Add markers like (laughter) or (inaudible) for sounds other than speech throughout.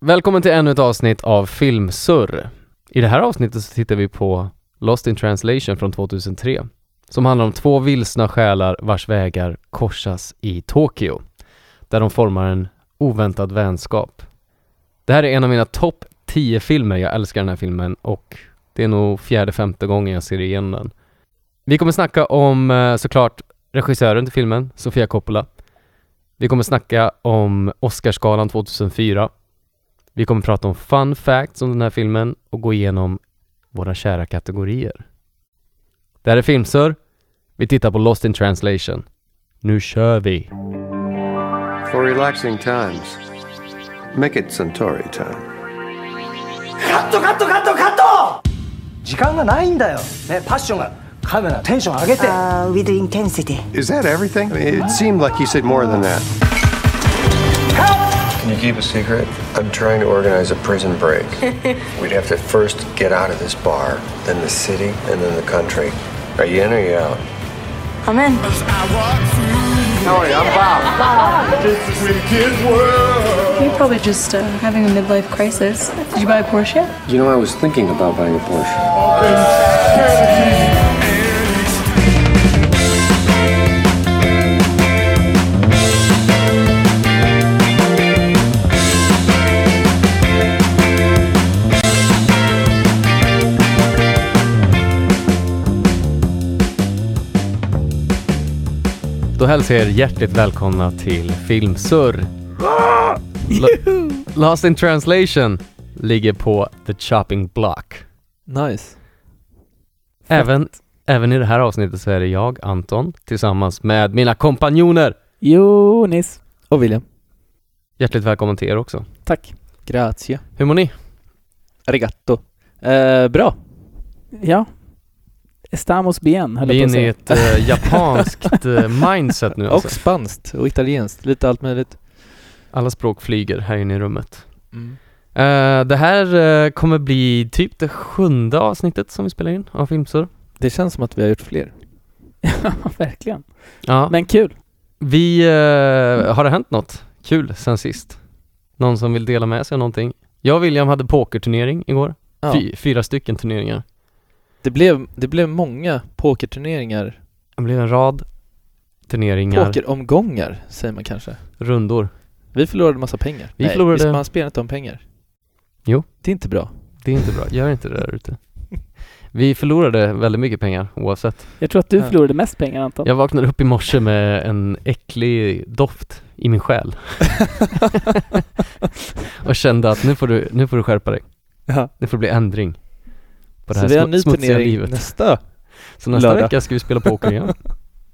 Välkommen till ännu ett avsnitt av Filmsurr. I det här avsnittet så tittar vi på Lost in translation från 2003 som handlar om två vilsna själar vars vägar korsas i Tokyo där de formar en oväntad vänskap. Det här är en av mina topp 10 filmer. Jag älskar den här filmen och det är nog fjärde, femte gången jag ser igen den. Vi kommer snacka om eh, såklart regissören till filmen, Sofia Coppola. Vi kommer snacka om Oscarsgalan 2004 vi kommer prata om fun facts om den här filmen och gå igenom våra kära kategorier. Det här är Filmsör. Vi tittar på Lost in translation. Nu kör vi! For relaxing times, make it Centauri time. カットカットカットカット時間がないんだよ、ね、パッションがカメラテンション (laughs) 上げて uh, with intensity. Is that everything? I mean, it seemed like he said more than that. Can you keep a secret? I'm trying to organize a prison break. We'd have to first get out of this bar, then the city, and then the country. Are you in or you out? Come in. Centauri, I'm Bob. You're probably just uh, having a midlife crisis. Did you buy a Porsche yet? You know, I was thinking about buying a Porsche. Då hälsar jag er hjärtligt välkomna till Filmsur. Lost in translation ligger på the chopping block. Nice. Även, även i det här avsnittet så är det jag, Anton, tillsammans med mina kompanjoner. Jonis. Och William. Hjärtligt välkommen till er också. Tack. Grazie. Hur mår ni? Arigato. Eh, bra. Ja. Estamos bien, höll jag Vi är på att inne i säga. ett eh, (laughs) japanskt eh, mindset nu alltså. Och spanskt och italienskt. Lite allt möjligt. Alla språk flyger här inne i rummet. Eh, det här eh, kommer bli typ det sjunde avsnittet som vi spelar in av Filmsur. Det känns som att vi har gjort fler. Ja, verkligen. Ja. Men kul. Vi, eh, har det hänt något kul sen sist? Någon som vill dela med sig av någonting? Jag och William hade pokerturnering igår. Ja. Fy, fyra stycken turneringar. Det, blev, det blev många pokerturneringar. Det blev en rad turneringar, Pokeromgångar, säger man kanske. rundor. Vi förlorade massa pengar. Vi förlorade- Visst, man spelar inte om pengar. Jo. Det är inte bra. Det är inte bra, gör inte det där ute. Vi förlorade väldigt mycket pengar oavsett. Jag tror att du Ja. förlorade mest pengar Anton. Jag vaknade upp i morse med en äcklig doft i min (laughs) själ och kände att nu får du, nu får du skärpa dig. Ja. Nu får det bli ändring på det Så här vi har smu- en ny smutsiga turnering livet. nästa. Så nästa lördag. vecka ska vi spela poker (laughs) igen.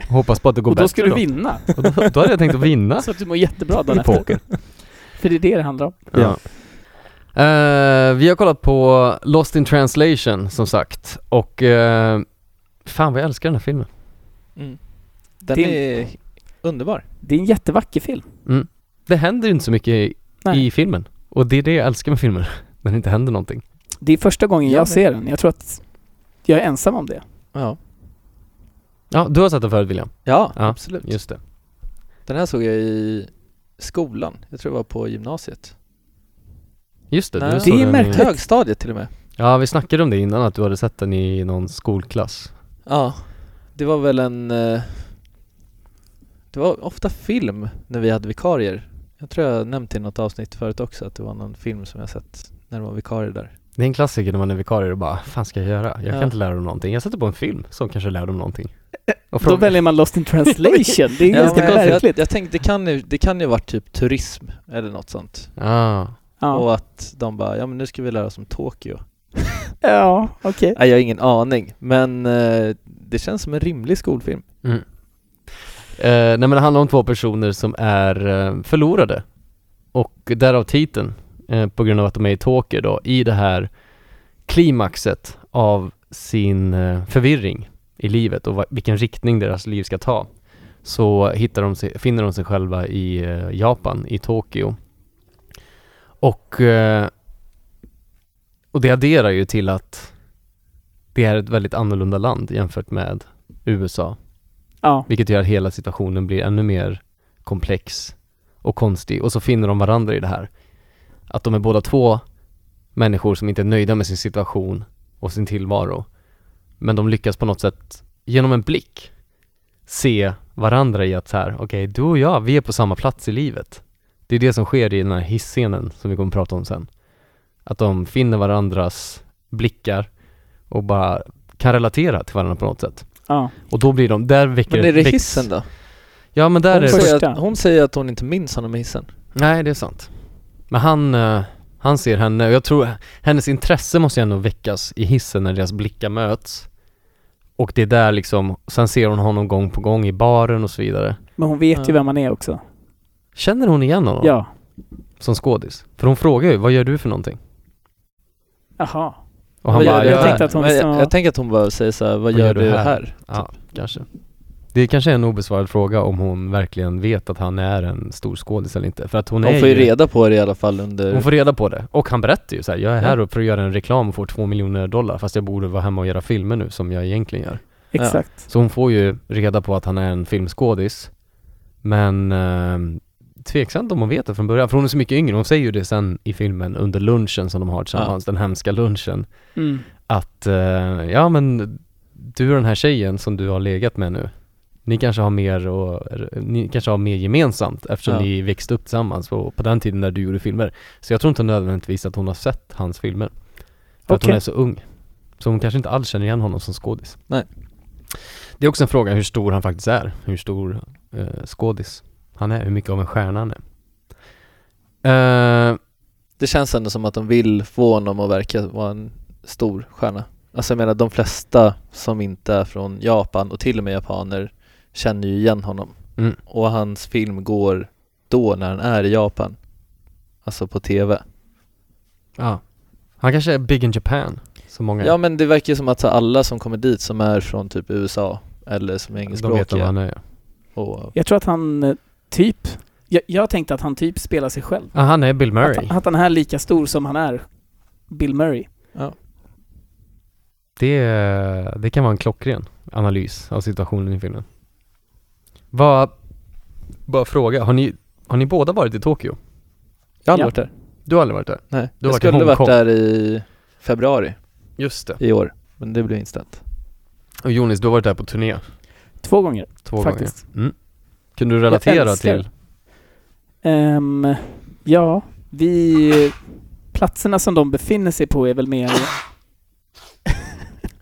Hoppas på att det går Och då ska bättre du vinna. då. Och då. Då hade jag tänkt att (laughs) vinna Så att du mår jättebra (laughs) dagen i efter. poker. För det är det det handlar om. Ja. Eh, vi har kollat på Lost in translation som sagt och eh, fan vad jag älskar den här filmen. Mm. Den Tim- är underbar. Det är en jättevacker film. Det händer ju inte så mycket i, Nej. i filmen och det är det jag älskar med filmer, (laughs) när det inte händer någonting. Det är första gången Ja, jag men- ser den. Jag tror att jag är ensam om det. Ja. Ja, du har sett den förut William? Ja, Ja, absolut. Just det. Den här såg jag i skolan. Jag tror det var på gymnasiet. Just det, Nej. du Det såg är den i- märkligt. Rätt. Högstadiet till och med. Ja, vi snackade om det innan, att du hade sett den i någon skolklass. Ja, det var väl en... eh, Det var ofta film när vi hade vikarier. Jag tror jag nämnt i något avsnitt förut också att det var någon film som jag sett när det var vikarier där. Det är en klassiker när man är vikarie och bara, fan ska jag göra? Jag kan Ja. inte lära dem någonting. Jag sätter på en film som kanske lär dem någonting. Och Då frågar- väljer man Lost in translation. (laughs) Det är Ja, ganska men jag, jag, märkligt. jag tänkte det kan, ju, det kan ju vara typ turism eller något sånt. Ja. Ja, Och att de bara, ja men nu ska vi lära oss om Tokyo. ja okej. Nej, jag har ingen aning, men eh, det känns som en rimlig skolfilm. Eh, nej men det handlar om två personer som är eh, förlorade. Och därav titeln, eh, på grund av att de är i Tokyo då, i det här klimaxet av sin eh, förvirring i livet och va- vilken riktning deras liv ska ta. Så hittar de sig, finner de sig själva i eh, Japan, i Tokyo. Och, eh, och det adderar ju till att det är ett väldigt annorlunda land jämfört med USA. Ja. Vilket gör att hela situationen blir ännu mer komplex och konstig och så finner de varandra i det här. att de är båda två människor som inte är nöjda med sin situation och sin tillvaro. Men de lyckas på något sätt, genom en blick, se varandra i att så här, okej, du och jag, vi är på samma plats i livet. Det är det som sker i den här hisscenen som vi kommer att prata om sen. Att de finner varandras blickar och bara kan relatera till varandra på något sätt. Ja. Och då blir de, där väcker Men är det väcks- hissen då? Ja men där Hon är det, Första. säger, att, hon säger att hon inte minns honom i hissen. nej det är sant. Men han, eh, han ser henne och jag tror hennes intresse måste ju ändå väckas i hissen när deras blickar möts. Och det är där liksom, sen ser hon honom gång på gång i baren och så vidare. Men hon vet ju Ja. vem man är också. Känner hon igen honom Ja. som skådis? För hon frågar ju, vad gör du för någonting? Jaha. Och han Vad bara, jag gör du "Ja, tänkte här?" att hon Men visste jag, vad- jag tänker att hon bara säger så här, vad gör du här? Ja, kanske. Det kanske är en obesvarad fråga om hon verkligen vet att han är en stor skådis eller inte. För att hon är Hon får ju ju reda på det i alla fall under... Hon får reda på det. Och han berättar ju så här, jag är här Ja. och för att göra en reklam och får två miljoner dollar fast jag borde vara hemma och göra filmer nu som jag egentligen gör. Exakt. Så hon får ju reda på att han är en filmskådis. Men eh, tveksamt om hon vet det från början, för hon är så mycket yngre. Hon säger ju det sen i filmen under lunchen som de har tillsammans, den hemska lunchen. Mm. Att, eh, ja men du och den här tjejen som du har legat med nu, ni kanske har mer, och, ni kanske har mer gemensamt eftersom Ja. ni växte upp tillsammans på, på den tiden när du gjorde filmer. Så jag tror inte nödvändigtvis att hon har sett hans filmer. För att hon Okej. är så ung. Så hon kanske inte alls känner igen honom som skådis. Nej. Det är också en fråga hur stor han faktiskt är, hur stor eh, skådis han är, hur mycket av en stjärna han är. Eh, Det känns ändå som att de vill få honom att verka vara en stor stjärna. Alltså jag menar de flesta som inte är från Japan och till och med japaner känner ju igen honom. Mm. Och hans film går då när han är i Japan. Alltså på TV. ja. Han kanske är big in Japan, som många är. Ja men det verkar ju som att så alla som kommer dit som är från typ USA eller som är De vet vem engelskspråkiga han är ja. och Jag tror att han eh, typ... Jag, jag tänkte att han typ spelar sig själv. ah, Han är Bill Murray. Att, att han är lika stor som han är. Bill Murray. Det, det kan vara en klockren analys av situationen i filmen. Vad, bara fråga, har ni, har ni båda varit i Tokyo? Jag har aldrig Ja. varit där. Du har aldrig varit där? Nej, Du har jag varit i skulle varit Hongkong. där i februari Just det. i år men det (laughs) blev inställt. Och Jonis, du har varit där på turné Två gånger två faktiskt. gånger. Mm. Kunde du relatera älskar till? Ehm, ja, vi... Platserna som de befinner sig på är väl mer...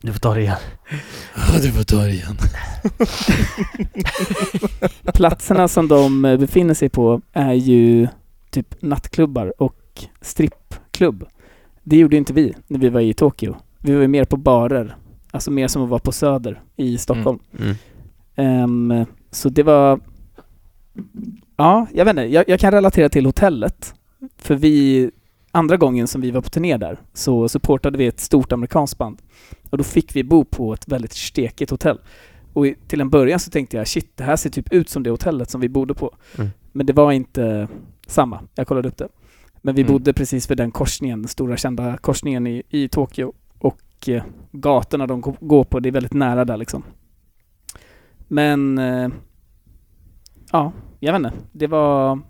Du får ta det igen. Ja du får ta det igen. Platserna som de eh, befinner sig på är ju typ nattklubbar och strippklubb. Det gjorde ju inte vi när vi var i Tokyo. Vi var ju mer på barer. Alltså mer som att vara på Söder i Stockholm. Mm. Ehm, så det var... Ja, jag vet inte. Jag, jag kan relatera till hotellet. För vi, andra gången som vi var på turné där, så supportade vi ett stort amerikanskt band. Och då fick vi bo på ett väldigt stekigt hotell. Och i, till en början så tänkte jag, shit, det här ser typ ut som det hotellet som vi bodde på. Mm. Men det var inte samma. Jag kollade upp det. Men vi Mm. bodde precis vid den korsningen, den stora kända korsningen i, i Tokyo. Och eh, gatorna de gå- går på, det är väldigt nära där liksom. Men eh, ja, jag vet inte. Det var...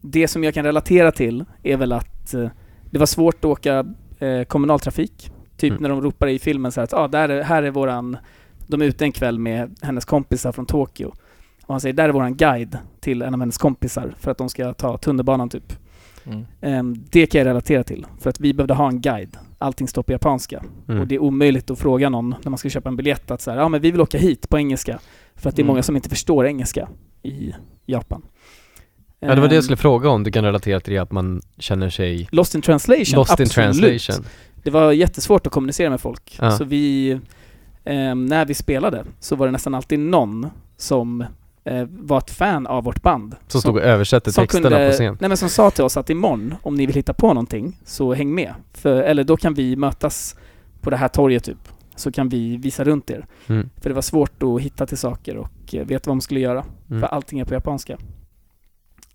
Det som jag kan relatera till är väl att eh, det var svårt att åka eh, kommunaltrafik. Typ Mm. när de ropar i filmen så här att ah, där är, här är våran... De är ute en kväll med hennes kompisar från Tokyo. Och han säger där är våran guide till en av hennes kompisar för att de ska ta tunnelbanan typ. Mm. Ehm, det kan jag relatera till. För att vi behövde ha en guide. Allting står på japanska. Mm. Och det är omöjligt att fråga någon när man ska köpa en biljett att så här, ja men vi vill åka hit på engelska. För att det är Mm. många som inte förstår engelska i Japan. Ja, det var det Ehm, jag skulle fråga om, du kan relatera till det att man känner sig Lost in translation, lost absolut. in translation. Det var jättesvårt att kommunicera med folk. Ja. Så vi, ehm, när vi spelade så var det nästan alltid någon som eh, var ett fan av vårt band. Som stod och översatte texterna på scen. Nej men som sa till oss att imorgon, om ni vill hitta på någonting, så häng med. För, eller då kan vi mötas på det här torget typ. Så kan vi visa runt er. Mm. För det var svårt att hitta till saker och eh, veta vad man skulle göra. Mm. För allting är på japanska.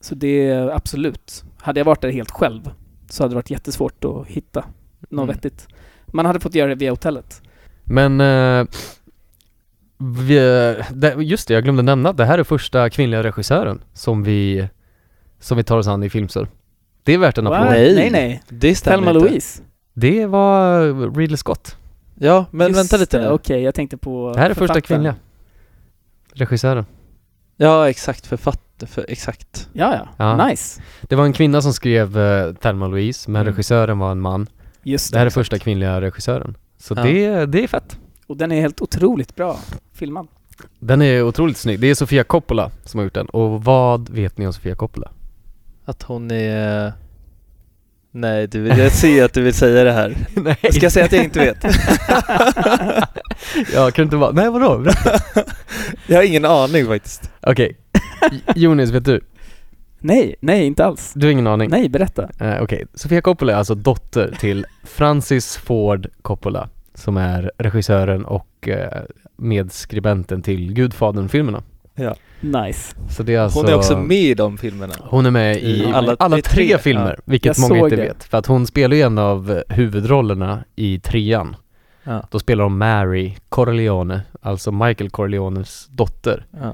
Så det, är absolut. Hade jag varit där helt själv så hade det varit jättesvårt att hitta något Mm. vettigt. Man hade fått göra det via hotellet. Men eh, vi, det, just det, jag glömde nämna att det här är första kvinnliga regissören som vi, som vi tar oss an i Filmsur. Det är värt en Va? applåd. Nej. Nej, nej. Det stämmer Thelma inte. Louise. Det var Ridley Scott. Ja, men Just vänta lite det, nu. Okej, jag tänkte på Det här är första författaren. kvinnliga regissören. Ja, exakt. Författare. För, exakt. Ja, ja. Ja. Nice. Det var en kvinna som skrev eh, Thelma Louise, men Mm. regissören var en man. Just Det här är exakt. första kvinnliga regissören. Så Ja. det, det är fett. Och den är helt otroligt bra filmad. Den är otroligt snygg. Det är Sofia Coppola som har gjort den. Och vad vet ni om Sofia (laughs) Coppola? Att hon är... Nej, du, jag ser att du vill säga det här. Nej. Jag (laughs) ska säga att jag inte vet. (laughs) Ja, kan du inte vara... Nej, vadå? Berätta. (laughs) Jag har ingen aning faktiskt. Okej. J- Jonas, vet du? Nej, nej inte alls. Du har ingen aning? Nej, berätta. Eh, Okej, Sofia Coppola är alltså dotter till Francis Ford Coppola som är regissören och eh, medskribenten till Gudfadern-filmerna. Nice. Så det är alltså, Hon är också med i de filmerna. Hon är med i I alla, alla- alla i tre, tre, filmer, vilket Jag många såg inte det. vet. För att hon spelar ju en av eh, huvudrollerna i trean. Ja. Då spelar hon Mary Corleone, alltså Michael Corleones dotter. Ja.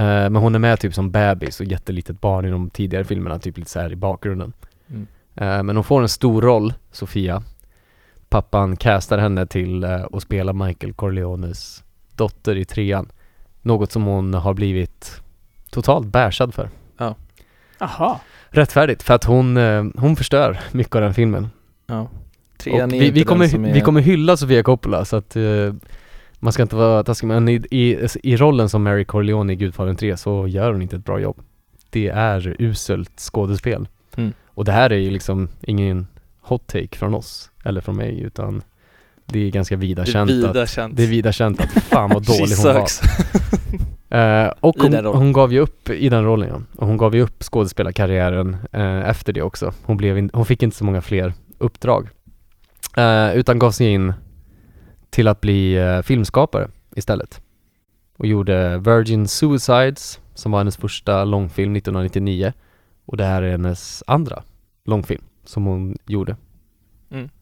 Eh, men hon är med typ som bebis och jättelitet barn i de tidigare filmerna, typ lite så här i bakgrunden. Mm. Eh, men hon får en stor roll, Sofia. Pappan castar henne till eh, att spela Michael Corleones dotter i trean. Något som hon har blivit totalt bärsad för. Aha. Rättfärdigt, för att hon, eh, hon förstör mycket av den filmen. Trean och är vi, inte vi, den kommer, som är... vi kommer hylla Sofia Coppola så att eh, man ska inte vara taskig men i, i, i rollen som Mary Corleone i Gudfadern 3 så gör hon inte ett bra jobb. Det är uselt skådespel. Mm. Och det här är ju liksom ingen hot take från oss, eller från mig, utan det är ganska vida Det är känt att vida känt. det är vida känt att fan (laughs) vad dålig She hon var. sucks. Eh, och I den hon, rollen. hon gav ju upp i den rollen ja. Och hon gav ju upp skådespelarkarriären eh, efter det också. Hon, blev in, hon fick inte så många fler uppdrag. Eh, utan gav sig in till att bli eh, filmskapare istället. Och gjorde Virgin Suicides, som var hennes första långfilm 1999. Och det här är hennes andra långfilm som hon gjorde.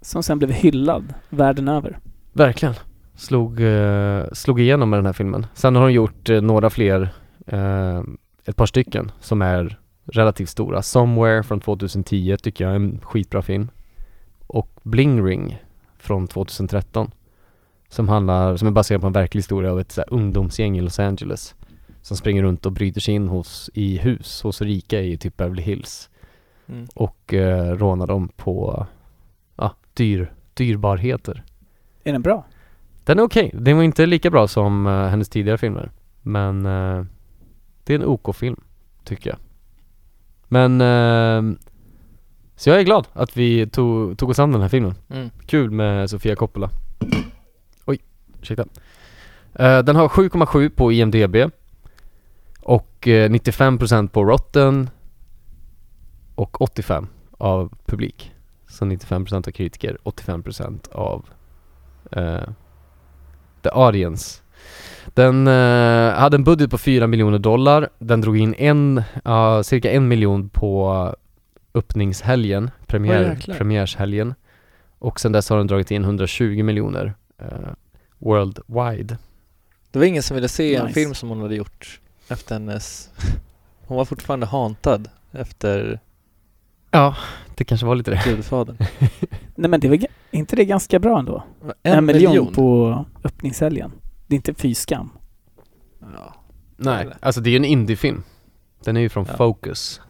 Som sen blev hyllad världen över. Verkligen. Slog, eh, slog igenom med den här filmen. Sen har hon gjort eh, några fler, eh, ett par stycken som är relativt stora. Somewhere från 2010 tycker jag är en skitbra film. Och Bling Ring från 2013. Som handlar, som är baserad på en verklig historia av ett så här, ungdomsgäng i Los Angeles. Som springer runt och bryter sig in hos, i hus hos rika i typ Beverly Hills. Mm. Och eh, rånar dem på, ja, dyr, dyrbarheter. Är den bra? Den är okej. Den var inte lika bra som eh, hennes tidigare filmer. Men eh, det är en OK-film, tycker jag. Men, eh, så jag är glad att vi tog, tog oss an den här filmen. Mm. Kul med Sofia Coppola. Oj, ursäkta. Eh, den har 7,7 på IMDB. Och eh, 95% på Rotten. Och 85 av publik. Så 95% av kritiker, 85% av eh, The Audience. Den eh, hade en budget på 4 miljoner dollar. Den drog in en, ja, cirka en miljon på öppningshelgen, Åh, premiär, jäklar. premiärshelgen. Och sen dess har den dragit in 120 miljoner eh, worldwide. Det var ingen som ville se en Nice. film som hon hade gjort efter hennes... (laughs) Hon var fortfarande hantad efter Ja, det kanske var lite det. Gudfadern. Nej men det är väl, är inte det ganska bra ändå? En, på öppningshelgen. Det är inte fy skam. Ja. Nej, Eller? alltså det är ju en indiefilm. Den är ju från Ja. Focus.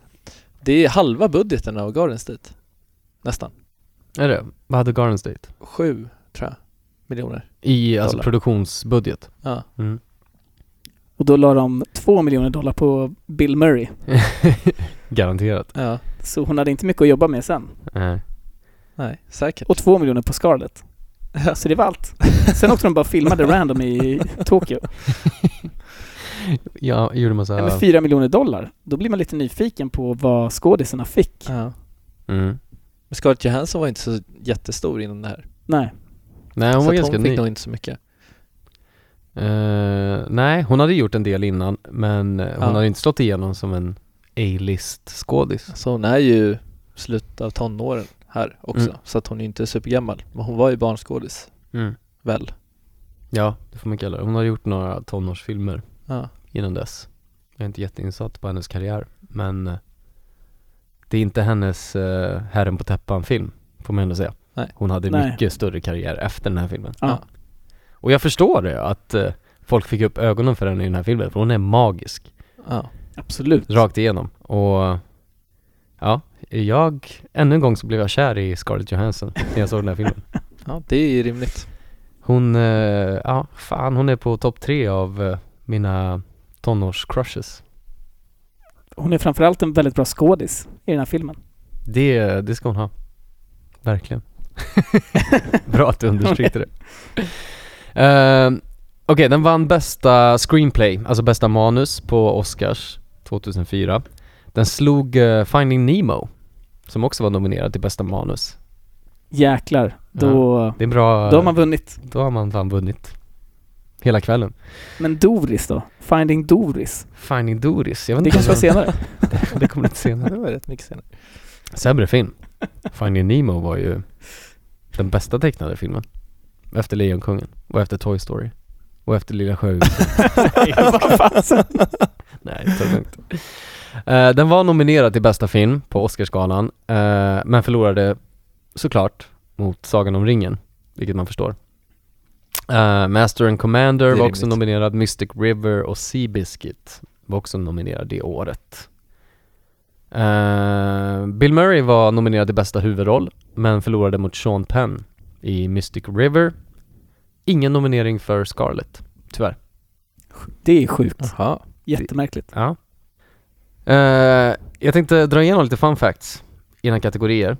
Det är halva budgeten av Gardens dit. Nästan. Är det? Vad hade Garden State? Sju, tror jag, miljoner. I alltså Dollar. produktionsbudget. (laughs) Ja. Mm. Och då la de två miljoner dollar på Bill Murray. Garanterat. ja. Så hon hade inte mycket att jobba med sen. Nej. Nej, säkert. Och två miljoner på Scarlett. Så det var allt. Sen åkte de bara och (laughs) filmade random i Tokyo. Jag gjorde massa... Ja. Men fyra miljoner dollar. Då blir man lite nyfiken på vad skådisarna fick. (laughs) Ja. Mm. Men Scarlett Johansson var inte så jättestor innan det här. Nej. Nej, hon så var att ganska hon fick ny. nog inte så mycket. Eh, nej, hon hade gjort en del innan, men eh, hon Ja. hade inte slått igenom som en A-list skådis. Så hon är ju slut av tonåren här också. Mm. Så att hon är inte supergammal. Men hon var ju barnskådis, väl? Ja, det får man kalla det. Hon har gjort några tonårsfilmer Ja. innan dess. Jag är inte jätteinsatt på hennes karriär, men eh, Det är inte hennes eh, Herren på täppan-film, får man ändå säga. Nej. Hon hade Nej. mycket större karriär efter den här filmen. Ja. Och jag förstår det, att eh, folk fick upp ögonen för henne i den här filmen, för hon är magisk. Ja. Absolut. Rakt igenom och Ja, jag, ännu en gång så blev jag kär i Scarlett Johansson när jag såg den här filmen ja, det är ju rimligt. Hon, eh, ja fan hon är på topp tre av eh, mina tonårscrushes Hon är framförallt en väldigt bra skådis i den här filmen. det, det ska hon ha Verkligen (laughs) Bra att du understryker det Eh, Okej, den vann bästa screenplay, alltså bästa manus på Oscars 2004 Den slog eh, Finding Nemo Som också var nominerad till bästa manus Jäklar. Då, Det är bra, då har man vunnit. då har man fan vunnit Hela kvällen Men Doris då? Finding Doris. Finding Doris, jag vet Det inte kanske om var senare. (laughs) den- (laughs) det kommer lite senare Det var rätt mycket senare. Sämre film Finding Nemo var ju den bästa tecknade filmen Efter Lejonkungen och efter Toy Story och efter Lilla Sjöhuset Nej, ta det lugnt Eh, Den var nominerad till bästa film på Oscarsgalan eh, men förlorade såklart mot Sagan om ringen, vilket man förstår Eh, Master and Det Commander är var också rimligt. nominerad, Mystic River och Seabiscuit var också nominerad det året. Eh, Bill Murray var nominerad till bästa huvudroll, men förlorade mot Sean Penn i Mystic River. Ingen nominering för Scarlett, tyvärr. Det är sjukt. (laughs) Jaha. Jättemärkligt. Ja. Eh, jag tänkte dra igenom lite fun facts innan kategorier.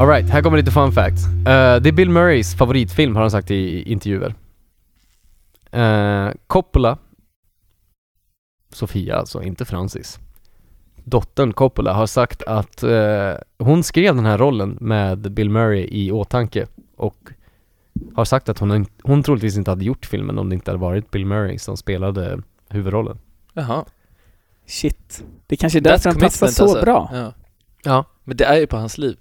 Alright, här kommer lite fun facts. Eh, det är Bill Murrays favoritfilm har han sagt i intervjuer. Eh, Coppola Sofia alltså, inte Francis. Dottern Coppola har sagt att eh, hon skrev den här rollen med Bill Murray i åtanke och har sagt att hon, hon troligtvis inte hade gjort filmen om det inte hade varit Bill Murray som spelade huvudrollen. Jaha. Shit. Det kanske är därför That's den passar commitment så alltså. bra. Ja. Ja. Men det är ju på hans liv.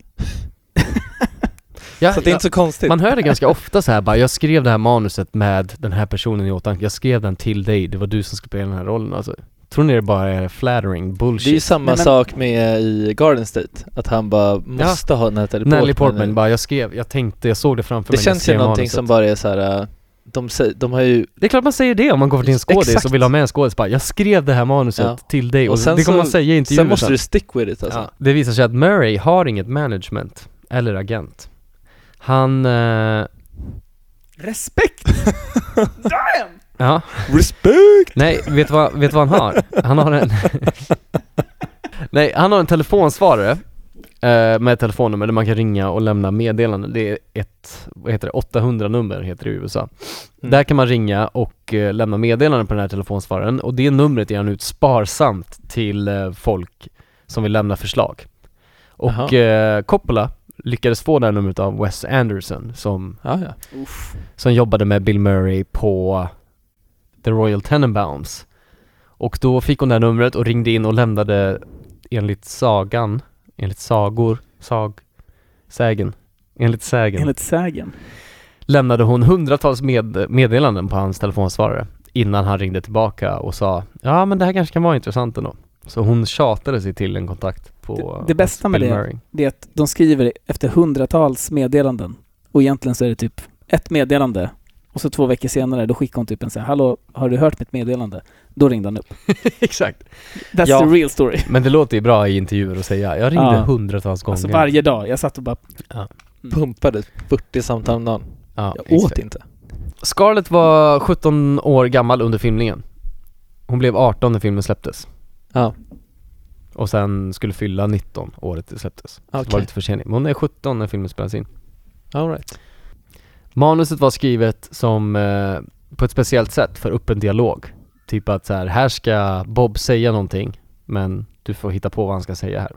Ja, Så det är inte så konstigt. Man hör det (laughs) ganska ofta så här bara, jag skrev det här manuset med den här personen i åtanke, jag skrev den till dig, det var du som skulle spela den här rollen alltså. Tror ni det bara är flattering, det är ju bullshit? samma Nej, men- sak med eh, i Garden State, att han bara måste ha Natalie Portman. Natalie Portman bara, jag skrev, jag tänkte, jag såg det framför Det mig, jag känns ju skrev någonting manuset. som bara är så här. äh, de, säger, de har ju, Det är klart man säger det om man går till en skådis Exakt. och vill ha med en skådis bara, jag skrev det här manuset Ja. till dig och, Och sen det kommer så- man säga i intervjuer sen måste du stick with it alltså. Ja. Det visar sig att Murray har inget management eller agent. Han, eh, Respekt! (laughs) Damn! ja, (laughs) Respekt! nej, vet du vad, vet du vad han har? Han har en (laughs) Nej, han har en telefonsvarare eh, med ett telefonnummer där man kan ringa och lämna meddelanden. Det är ett, vad heter det, 800-nummer heter det i USA. Mm. Där kan man ringa och eh, lämna meddelanden på den här telefonsvararen och det numret ger han ut sparsamt till eh, folk som vill lämna förslag. Och Jaha. eh, Coppola lyckades få det här numret av Wes Anderson som, (laughs) Ja, ja. Uff. som jobbade med Bill Murray på The Royal Tenenbaums. Och då fick hon det här numret och ringde in och lämnade enligt sagan, enligt sagor, sag, sägen, enligt sägen Enligt sägen. lämnade hon hundratals med meddelanden på hans telefonsvarare innan han ringde tillbaka och sa ja men det här kanske kan vara intressant ändå. Så hon tjatade sig till en kontakt på Det- det bästa med Bill det- (laughs) Murray. Det är att de skriver efter hundratals meddelanden och egentligen så är det typ ett meddelande och så två veckor senare då skickar hon typ en så här Hallå, har du hört mitt meddelande? Då ringde han upp. Exakt. That's Ja. the real story. Men det låter ju bra i intervjuer att säga. Jag ringde Ja. hundratals gånger. Alltså varje dag. Jag satt och bara Pumpade 40 samtal om dagen. ja, Jag exakt. åt inte. Scarlett var 17 år gammal under filmningen. Hon blev 18 när filmen släpptes. Ja. Och sen skulle fylla 19 året det släpptes. Så det var Okej. lite försening. Men hon är 17 när filmen spelas in. All right. Manuset var skrivet som eh, på ett speciellt sätt för öppen dialog. Typ att så här, här ska Bob säga någonting men du får hitta på vad han ska säga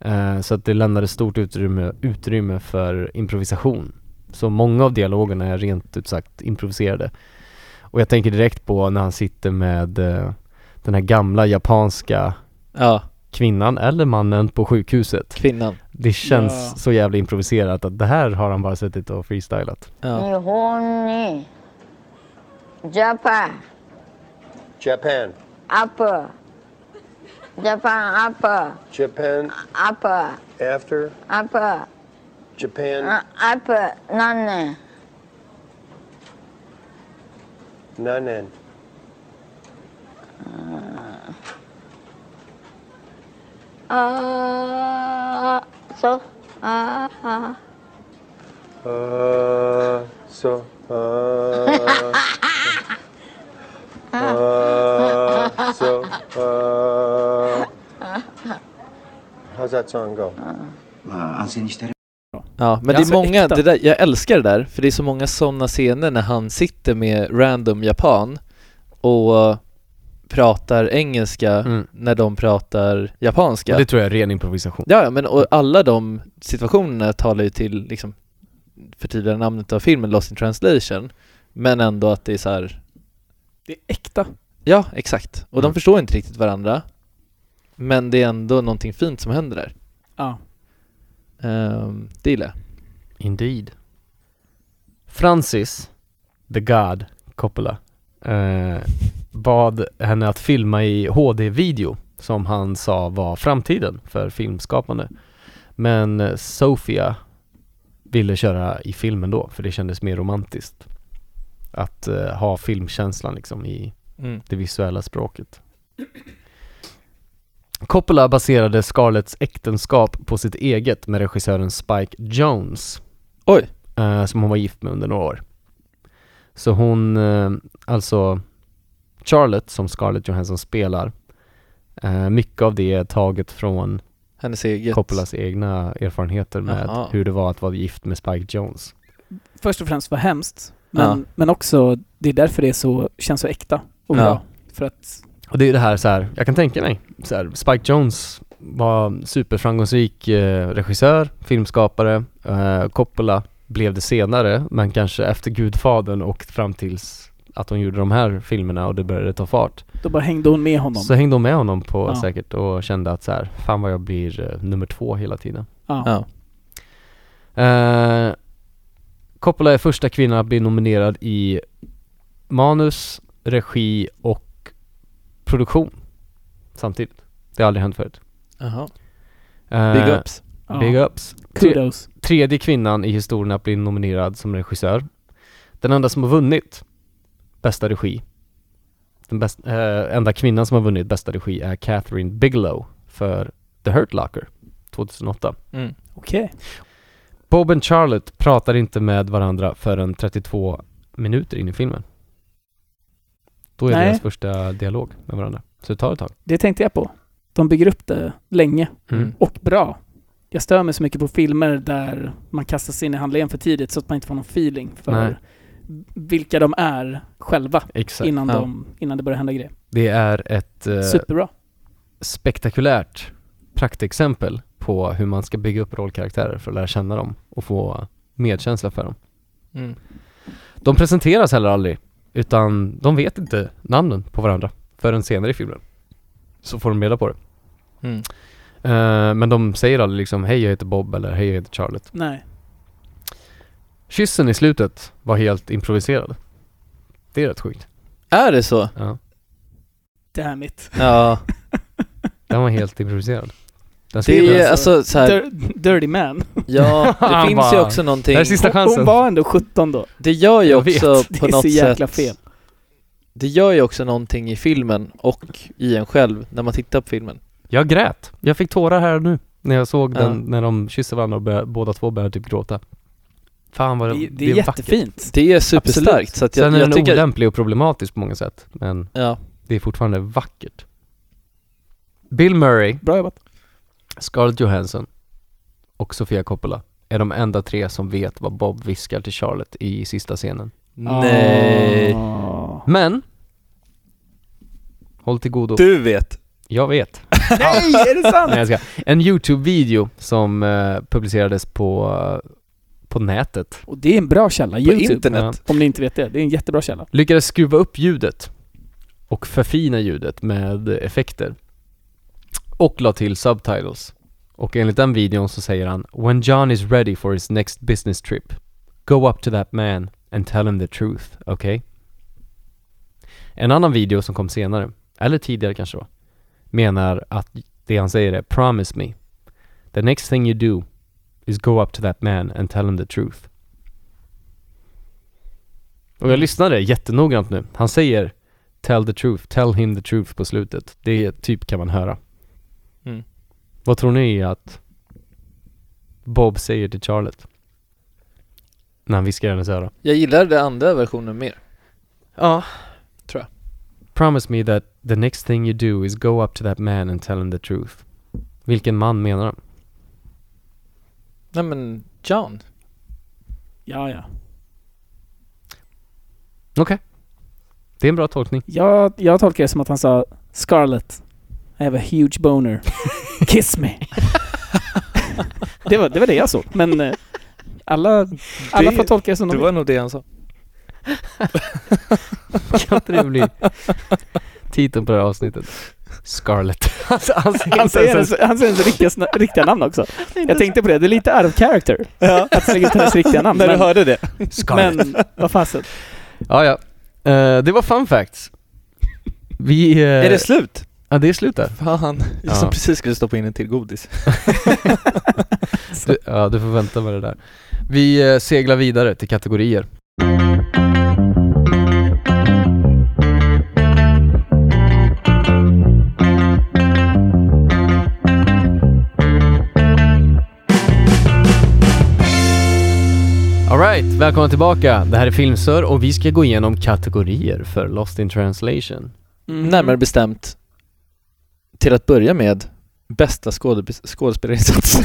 här. Eh, så att det lämnade stort utrymme, utrymme för improvisation. Så många av dialogerna är rent ut sagt improviserade. Och jag tänker direkt på när han sitter med eh, den här gamla japanska Ja. kvinnan eller mannen på sjukhuset. Kvinnan. Det känns Ja. så jävla improviserat att det här har han bara suttit och freestylat. Ja. 日本にジャパン Japan. アップジャパンアップ Japan アップ after アップ Uh, Japan あアップ何年 Nanan. あーそうあーあ Uh, so, uh, uh, so, uh, how's that song go? Ja, men Alltså, det är många, äkta. det där, jag älskar det där, för det är så många sådana scener när han sitter med random japan och pratar engelska Mm. när de pratar japanska. Och det tror jag är ren improvisation. Ja, ja, men och alla de situationerna talar ju till, liksom, förtydliga namnet av filmen Lost in translation, men ändå att det är så här. Det är äkta. ja, exakt. Och Mm. de förstår inte riktigt varandra, men det är ändå någonting fint som händer där. Ja. Um, det gillar jag. Indeed. Francis, the God, Coppola, eh, bad henne att filma i HD-video som han sa var framtiden för filmskapande. Men eh, Sofia ville köra i filmen då, för det kändes mer romantiskt. Att eh, ha filmkänslan liksom i det visuella språket. Coppola baserade Scarletts äktenskap på sitt eget med regissören Spike Jones. Oj. Eh, som hon var gift med under några år. Så hon, eh, alltså Charlotte som Scarlett Johansson spelar, eh, mycket av det är taget från Hennes eget. Coppolas egna erfarenheter med Jaha. hur det var att vara gift med Spike Jones. Först och främst var hemskt. Men, Ja. men också, det är därför det är så, känns så äkta och Ja. bra. För att, Och det är det här så här, jag kan tänka mig, så här, Spike Jones var superframgångsrik eh, regissör, filmskapare, eh, Coppola blev det senare, men kanske efter Gudfadern och fram tills att hon gjorde de här filmerna och det började ta fart. då bara hängde hon med honom. Så hängde hon med honom på Ja. säkert och kände att så här, fan vad jag blir eh, nummer två hela tiden. ja. Ja. Eh, Coppola är första kvinnan att bli nominerad i manus, regi och produktion samtidigt. Det har aldrig hänt förut. Jaha. Eh, Big ups. Ja. Big ups. Tre, Kudos. tredje kvinnan i historien att bli nominerad som regissör. Den enda som har vunnit bästa regi. Den bäst, eh, enda kvinnan som har vunnit bästa regi är Catherine Bigelow för The Hurt Locker 2008. Mm. Okej. Bob och Charlotte pratar inte med varandra förrän 32 minuter in i filmen. Då är Nej. deras första dialog med varandra. Så det tar ett tag. Det tänkte jag på. De bygger upp det länge Mm. och bra. Jag stör mig så mycket på filmer där man kastas in i handlingen för tidigt så att man inte får någon feeling för Nej. vilka de är själva Exakt. innan, Ja. de, innan det börjar hända grejer. Det är ett eh, Superbra. spektakulärt praktexempel på hur man ska bygga upp rollkaraktärer för att lära känna dem och få medkänsla för dem. Mm. De presenteras heller aldrig, utan de vet inte namnen på varandra förrän senare i filmen. Så får de reda på det. Mm. Eh, men de säger aldrig liksom hej jag heter Bob eller hej jag heter Charlotte. Nej. Kyssen i slutet var helt improviserad. Det är rätt sjukt. Är det så? Ja. Damn it. Ja. Den var (laughs) helt improviserad. Den Det skulle- är alltså så här, Dir- dirty man. ja, (laughs) det Han finns ju bara, också någonting. Det här är sista Hon, chansen. hon var ändå 17 då. Det gör ju Jag också Det på är något så jäkla sätt, fel. det gör ju också någonting i filmen och i en själv när man tittar på filmen. Jag grät. Jag fick tårar här nu när jag såg Ja. den, när de kysser varandra och började, båda två började typ gråta. Fan vad det, Det, det är jättefint. Det är superstarkt Absolut. så att Sen jag, är jag den tycker... olämplig och problematisk på många sätt, men Ja. det är fortfarande vackert. Bill Murray, Bra jobbat. Scarlett Johansson och Sofia Coppola är de enda tre som vet vad Bob viskar till Charlotte i sista scenen. Nej. Ah. Men, håll till godo. Du vet. Jag vet. Nej, är det sant? Nej, jag ska. En YouTube-video som eh, publicerades på, eh, på nätet Och det är en bra källa, På YouTube. internet. Om ni inte vet det. Det är en jättebra källa. lyckades skruva upp ljudet och förfina ljudet med effekter. och la till subtitles. Och enligt den videon så säger han “When John is ready for his next business trip, go up to that man and tell him the truth, okay?” En annan video som kom senare, eller tidigare kanske då, menar att det han säger är “Promise me, the next thing you do is go up to that man and tell him the truth”. Och jag lyssnade jättenoggrant nu. Han säger “Tell the truth, tell him the truth” på slutet. Det är typ kan man höra. Mm. Vad tror ni att Bob säger till Charlotte? När han viskar i hennes öra. Jag gillar den andra versionen mer. Ja. Tror jag. Promise me that the next thing you do is go up to that man and tell him the truth. Vilken man menar han? Nej men, John. Ja, ja. Okej. Det är en bra tolkning. (laughs) Jag, jag tolkar det som att han sa Scarlett, I have a huge (laughs) boner. Kiss me. det, var, det var det jag såg. Men eh, alla, alla Det- får tolka det som de Det vill. var nog det han sa. Kan inte det bli titeln på det här avsnittet? Scarlett. Alltså, han säger inte Han ens säger en hennes, han säger hennes riktiga, sna- riktiga namn (laughs) också. Jag tänkte på det, det är lite out of character. Att slänga ut hennes riktiga namn. (laughs) När du Men, hörde det. men vad fasen. Ja, ja. Eh, det var fun facts. Vi... eh, Är det slut? ja, det är slut där. Fan, jag som Ja. precis skulle stoppa in en till godis. Du, ja, du får vänta med det där. Vi eh, seglar vidare till kategorier. Alright, välkomna tillbaka. Det här är Filmsör och vi ska gå igenom kategorier för Lost in translation. Mm. Närmare bestämt, till att börja med, bästa skådespel- skådespelarinsats.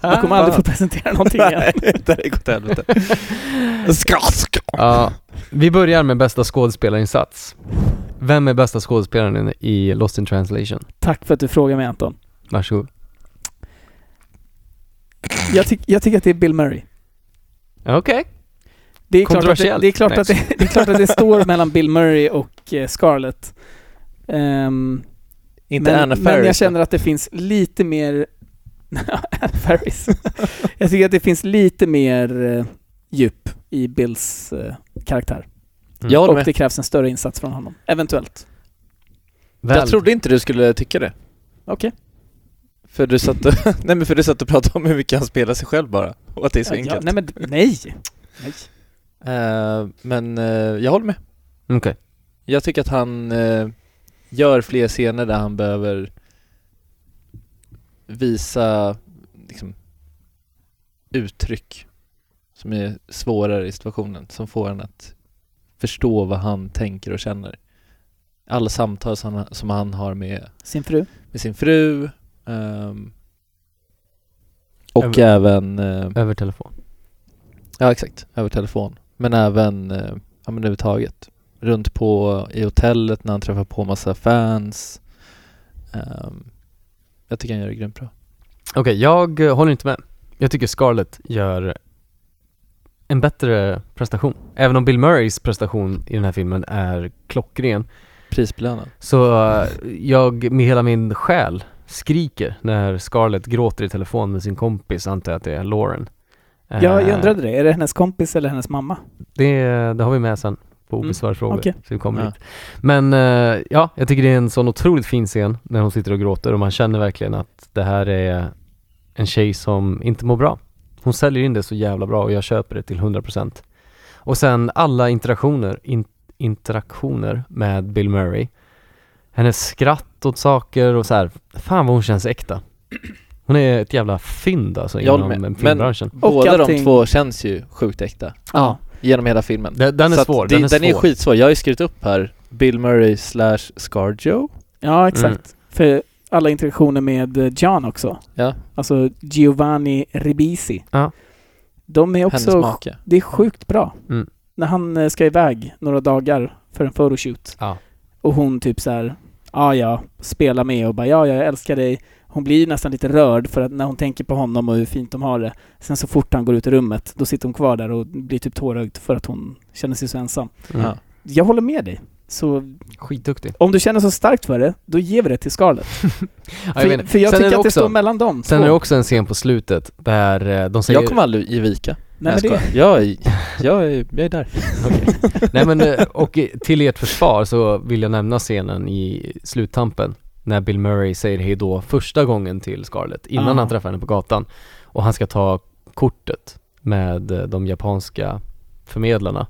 Du kommer aldrig få presentera någonting igen. Ah. (laughs) Nej, det här går åt (laughs) helvete. Skrask! Ja, vi börjar med bästa skådespelarinsats. Vem är bästa skådespelaren i Lost in translation? Tack för att du frågar mig Anton. Varsågod. Jag, tyck, jag tycker att det är Bill Murray. Okej. Det är, klart att det, Kontroversiellt. det, är klart Nej. att det, det är klart att (laughs) det står mellan Bill Murray och eh, Scarlett. Ehm, Inte men, Anna Men jag Faris. känner att det finns lite mer... (laughs) Anna (laughs) Faris. jag tycker att det finns lite mer eh, djup i Bills eh, karaktär. Jag håller Och med. det krävs en större insats från honom. Eventuellt. Väl. Jag trodde inte du skulle tycka det. Okej. För du satt och, (laughs) nej men för du satt och pratade om hur mycket han spelar sig själv bara. Och att det är så Ja, enkelt. nej men nej! nej. Eh, men eh, jag håller med. Okej. Jag tycker att han eh, gör fler scener där han behöver visa liksom, uttryck som är svårare i situationen, som får en att förstå vad han tänker och känner. Alla samtal som han, som han har med, Sin fru. med sin fru ehm, och Över- även eh, Över telefon. Ja exakt, över telefon. Men även, eh, ja men överhuvudtaget. Runt på i hotellet när han träffar på massa fans. Ehm, jag tycker han gör det grymt bra. Okej, jag eh, håller inte med. Jag tycker Scarlett gör en bättre prestation. Även om Bill Murrays prestation i den här filmen är klockren, Prisbelönad. så eh, jag med hela min själ skriker när Scarlett gråter i telefon med sin kompis, antar jag att det är Lauren. Eh, Jag, Äh. jag undrade det, är det hennes kompis eller hennes mamma? Det, det har vi med sen på obesvarade frågor. okej. Så vi kommer Mm. Ja. dit. Men eh, ja, jag tycker det är en sån otroligt fin scen när hon sitter och gråter och man känner verkligen att det här är en tjej som inte mår bra. Hon säljer in det så jävla bra och jag köper det till 100%. Och sen alla interaktioner, in, interaktioner med Bill Murray. Hennes skratt åt saker och så här, fan vad hon känns äkta. Hon är ett jävla fynd alltså Jag håller inom med. eh, Men- filmbranschen. Båda de allting- två känns ju sjukt äkta. Ja. Genom hela filmen. Den, den är Så att svår, det- den är svår. skitsvår. Jag har ju skrivit upp här, Bill Murray slash Scarjo. Ja, Mm. exakt. För alla interaktioner med eh, John också. Ja, Alltså Giovanni Ribisi. Ja. De är hennes också... make. Det är sjukt bra. Mm. När han eh, ska iväg några dagar för en photoshoot Ja. och hon typ så här, ja ja, spelar med och bara ja, ja, jag älskar dig. Hon blir ju nästan lite rörd för att när hon tänker på honom och hur fint de har det. Sen så fort han går ut i rummet, då sitter hon kvar där och blir typ tårögd för att hon känner sig så ensam. Mm. Ja. Jag håller med dig. Så Skitduktig. om du känner så starkt för det, då ger vi det till Scarlett. Ja, för, menar, för jag sen är tycker att det också- står mellan dem Sen två. är det också en scen på slutet där eh, de säger... Jag kommer aldrig i vika. Nej, Nej, men jag, det, skojar. jag, är, jag, är, jag är där. Nej men, eh, och eh, till ert försvar så vill jag nämna scenen i sluttampen när Bill Murray säger hej då första gången till Scarlett innan Ah. han träffar henne på gatan och han ska ta kortet med eh, de japanska förmedlarna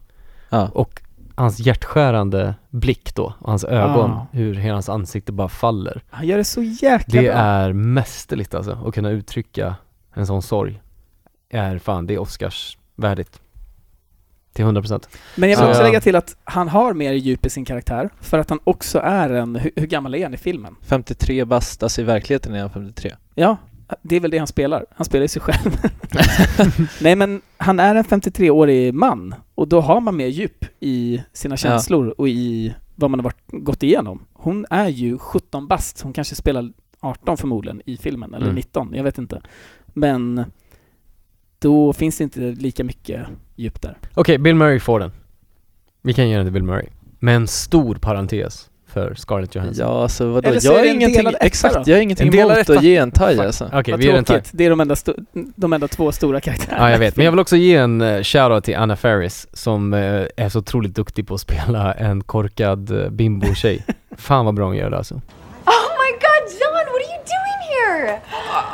Ah. Ja. och hans hjärtskärande blick då och hans ögon, Ah. hur hela hans ansikte bara faller. han gör det så jäkla Det bra. är mästerligt alltså, att kunna uttrycka en sån sorg är fan, det är Oscarsvärdigt. Till 100%. Men jag vill Ja. också lägga till att han har mer djup i sin karaktär, för att han också är en... Hur, hur gammal är han i filmen? 53 bast, alltså i verkligheten är han 53. Ja, det är väl det han spelar. Han spelar ju sig själv. (laughs) Nej men, han är en 53-årig man, och då har man mer djup i sina känslor och i vad man har varit, gått igenom. Hon är ju 17 bast, hon kanske spelar 18 förmodligen i filmen, eller Mm. 19, jag vet inte. Men då finns det inte lika mycket djup där. Okej, Bill Murray får den. Vi kan ge den till Bill Murray. Med en stor parentes för Scarlett Johansson. Ja, alltså vadå? Eller så Jag är det har en ingenting, delad etta exakt, då. jag har ingenting En delad emot att etta. ge en taj Fuck. alltså. Okej, Vad vi ger den till. tråkigt, det är de enda, sto- de enda två stora karaktärerna. Ja, jag vet. Men jag vill också ge en eh, shoutout till Anna Faris som eh, är så otroligt duktig på att spela en korkad eh, (laughs) bimbo-tjej. Fan vad bra hon gör det alltså. Oh my God, John, what are you doing here?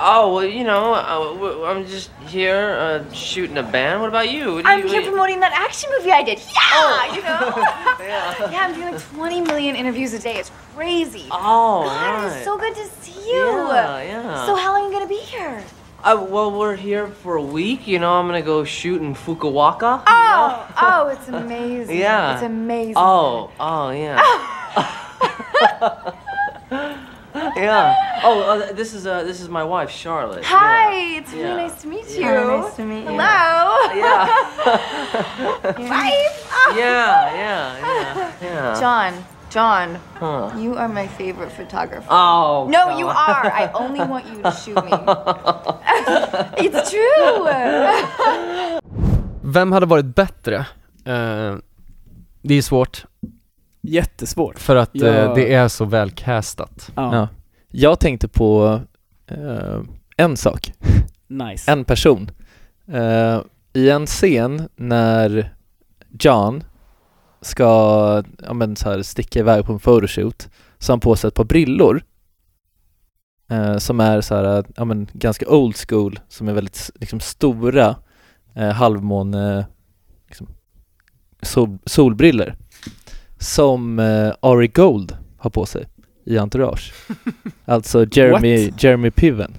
Oh, well, you know, uh, w- I'm just here uh, shooting a band. What about you? What do I'm you- what here do you- promoting that action movie I did. Oh. Yeah, (laughs) you know. yeah. I'm doing like 20 million interviews a day. It's crazy. Oh, God, right. it's so good to see you. Yeah, yeah. So how long are you gonna be here? uh, well, we're here for a week. You know, I'm gonna go shoot in Fukuoka. Oh, (laughs) oh, it's amazing. Yeah. It's amazing. Oh, oh, (laughs) yeah. (laughs) yeah. Oh, uh, this is uh, this is my wife, Charlotte. Yeah. Hi, it's really Yeah. nice to meet you. Hi, nice to meet you. Hello. (laughs) Yeah. (laughs) yeah. Yeah. Yeah. Yeah. John, John, Huh. you are my favorite photographer. Oh. No, God. you are. I only want you to (laughs) shoot me. (laughs) it's true. (laughs) Vem hade varit bättre? Eh, det är svårt Jättesvårt. för att eh, Ja. det är så väl castat. Ja, Ja. Jag tänkte på eh, en sak, nice. en person. Eh, I en scen när John ska ja, men så här, sticka iväg på en photoshoot så har han på sig ett par brillor eh, som är så här, ja, men, ganska old school, som är väldigt s- liksom, stora eh, halvmåne liksom, sol, solbriller som eh, Ari Gold har på sig i Entourage. alltså Jeremy, Jeremy Piven.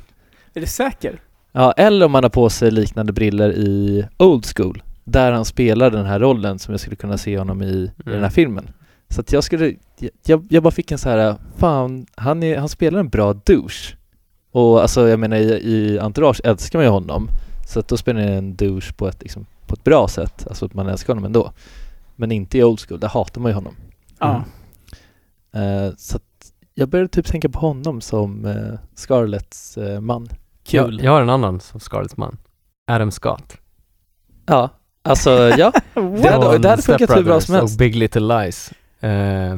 Är du säker? Ja, eller om han har på sig liknande briller i Old School, där han spelar den här rollen som jag skulle kunna se honom i, i den här Mm. filmen. Så att jag skulle, jag, jag bara fick en så här, fan, han, är, han spelar en bra douche. Och alltså jag menar i, i Entourage älskar man ju honom, så att då spelar han en douche på ett, liksom, på ett bra sätt, alltså att man älskar honom ändå. Men inte i Old School, där hatar man ju honom. Ja. Mm. Eh, så att jag började typ tänka på honom som eh, Scarletts eh, man. Jag, jag har en annan som Scarletts man. Adam Scott. Ja, alltså ja. Det hade, Från det hade funkat Step hur bra Brothers som helst. och Big Little Lies. Eh,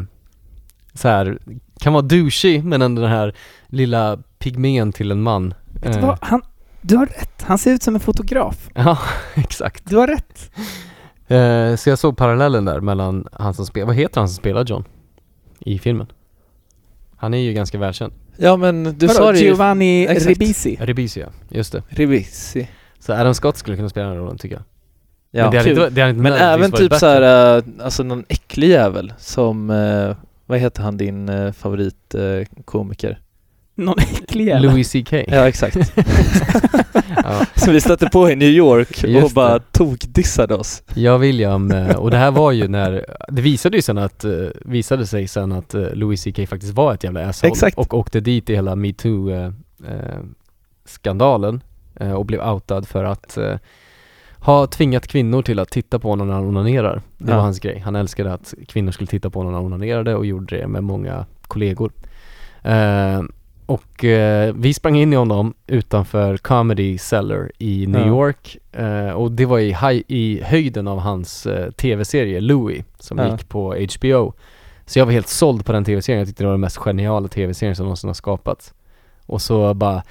så här, kan vara douchey men ändå den här lilla pygmén till en man. Vet du Eh, vad? Han, du har rätt. Han ser ut som en fotograf. (laughs) Ja, exakt. Du har rätt. Eh, så jag såg parallellen där mellan han som spelar, vad heter han som spelar John? I filmen. Han är ju ganska välkänd. Ja men du Vadå, sa det ju. Giovanni Exakt. Ribisi. Rebizia, just det. Ribisi. Så Adam Scott skulle kunna spela den rollen tycker jag. Ja. men det hade kul. inte, varit- det hade inte men nödvändigtvis även varit typ bättre. så här, eh, alltså någon äcklig jävel som, eh, vad heter han din (laughs) eh, favoritkomiker? Någon äcklig jävel. Louis CK. Ja exakt. (laughs) (laughs) Ja. Som vi stötte på i New York Just och bara det. tokdissade oss. Ja, William, eh, och det här var ju när, det visade ju sen att, eh, visade sig sen att eh, Louis CK faktiskt var ett jävla asshole Exakt. och åkte dit i hela metoo-skandalen eh, och blev outad för att eh, ha tvingat kvinnor till att titta på honom när han onanerar. Det Ja. var hans grej. Han älskade att kvinnor skulle titta på honom när han onanerade och gjorde det med många kollegor. Eh, och eh, vi sprang in i honom utanför Comedy Cellar i New Ja. York eh, och det var i, haj- i höjden av hans eh, tv-serie Louis som Ja. gick på HBO Så jag var helt såld på den tv-serien, jag tyckte det var den mest geniala tv-serien som någonsin har skapats. Och så bara,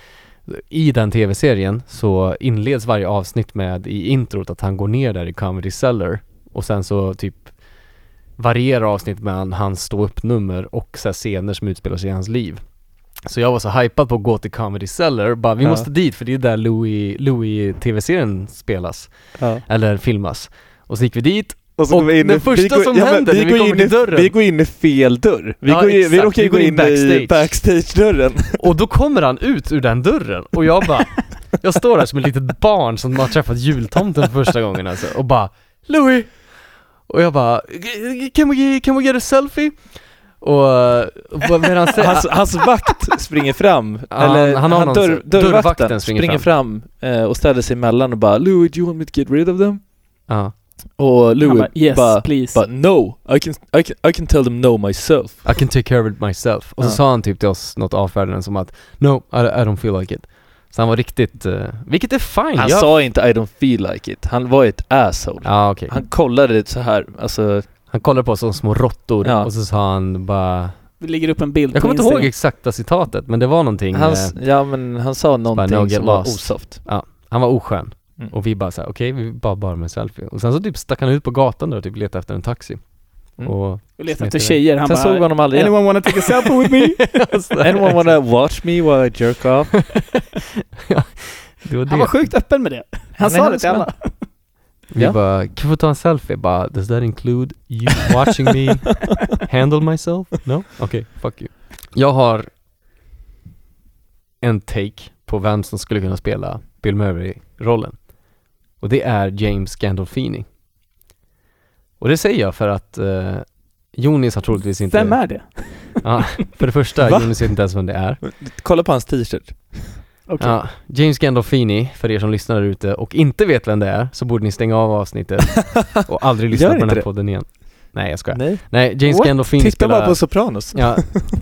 i den tv-serien så inleds varje avsnitt med i introt att han går ner där i Comedy Cellar och sen så typ varierar avsnitt mellan hans stå upp nummer och så här scener som utspelar sig i hans liv. Så jag var så hypad på att gå till Comedy Cellar, bara vi Ja. måste dit för det är där Louis, Louis tv-serien spelas, Ja. eller filmas. Och så gick vi dit Och så går vi in i- det första vi går- som ja, men händer vi när vi går kommer in i- till dörren vi går in i fel dörr. Vi går in- vi exakt. råkar ju gå in i (laughs) backstage-dörren Och då kommer han ut ur den dörren och jag (laughs) bara Jag står där som ett litet barn som har träffat jultomten för första gången alltså och bara Louis! Och jag bara Can we, can we get a selfie? Och, och medan Hans- hans vakt springer fram, han, eller han, har någon dörr, sån- dörrvakten, springer, fram, fram, eh, och ställer sig emellan och bara Louis, do you want me to get rid of them? Ja. Och Louis Han bara, "Yes, bara, please." bara no, I can, I, can, I can tell them no myself. I can take care of it myself Och så Ja. sa han typ till oss något avfärdande som att No, I, I don't feel like it Så han var riktigt, eh, vilket är fine Han jag, sa inte I don't feel like it, han var ett asshole. Ja, okej. Han kollade så här, alltså... Han kollade på oss som små råttor och så sa han bara Det ligger upp en bild Jag på kommer inte Instagram. ihåg exakta citatet men det var någonting Han, eh, ja men han sa någonting "No, get som var lost." osoft. Ja, han var oskön. Mm. Och vi bara såhär, okej vi bara bara med en selfie. Och sen så typ stack han ut på gatan där och typ letade efter en taxi. Mm. Och, Och letar smet efter iväg. tjejer, han Sen bara såg vi honom aldrig igen. Anyone wanna (laughs) take a selfie with me? Anyone wanna watch me while I jerk off? det var det. Han var sjukt öppen med det. Han Nej, sa han det till är alla. Vi bara, kan vi ta en selfie? Bara, does that include you watching (laughs) me handle myself? No? Okej, fuck you. Jag har en take på vem som skulle kunna spela Bill Murray-rollen. Och det är James Gandolfini. Och det säger jag för att eh, Jonis har troligtvis inte... Vem är det? Ja, för det första, Va? Jonis vet inte ens vem det är. (laughs) Kolla på hans t-shirt. Okej. Ja, James Gandolfini, för er som lyssnar där ute och inte vet vem det är, så borde ni stänga av (laughs) avsnittet och aldrig lyssna Gör på den inte här det. podden igen. Nej jag skojar. Nej. Nej, James What? Gandolfini Titta spelar... bara på Sopranos. (laughs) Ja,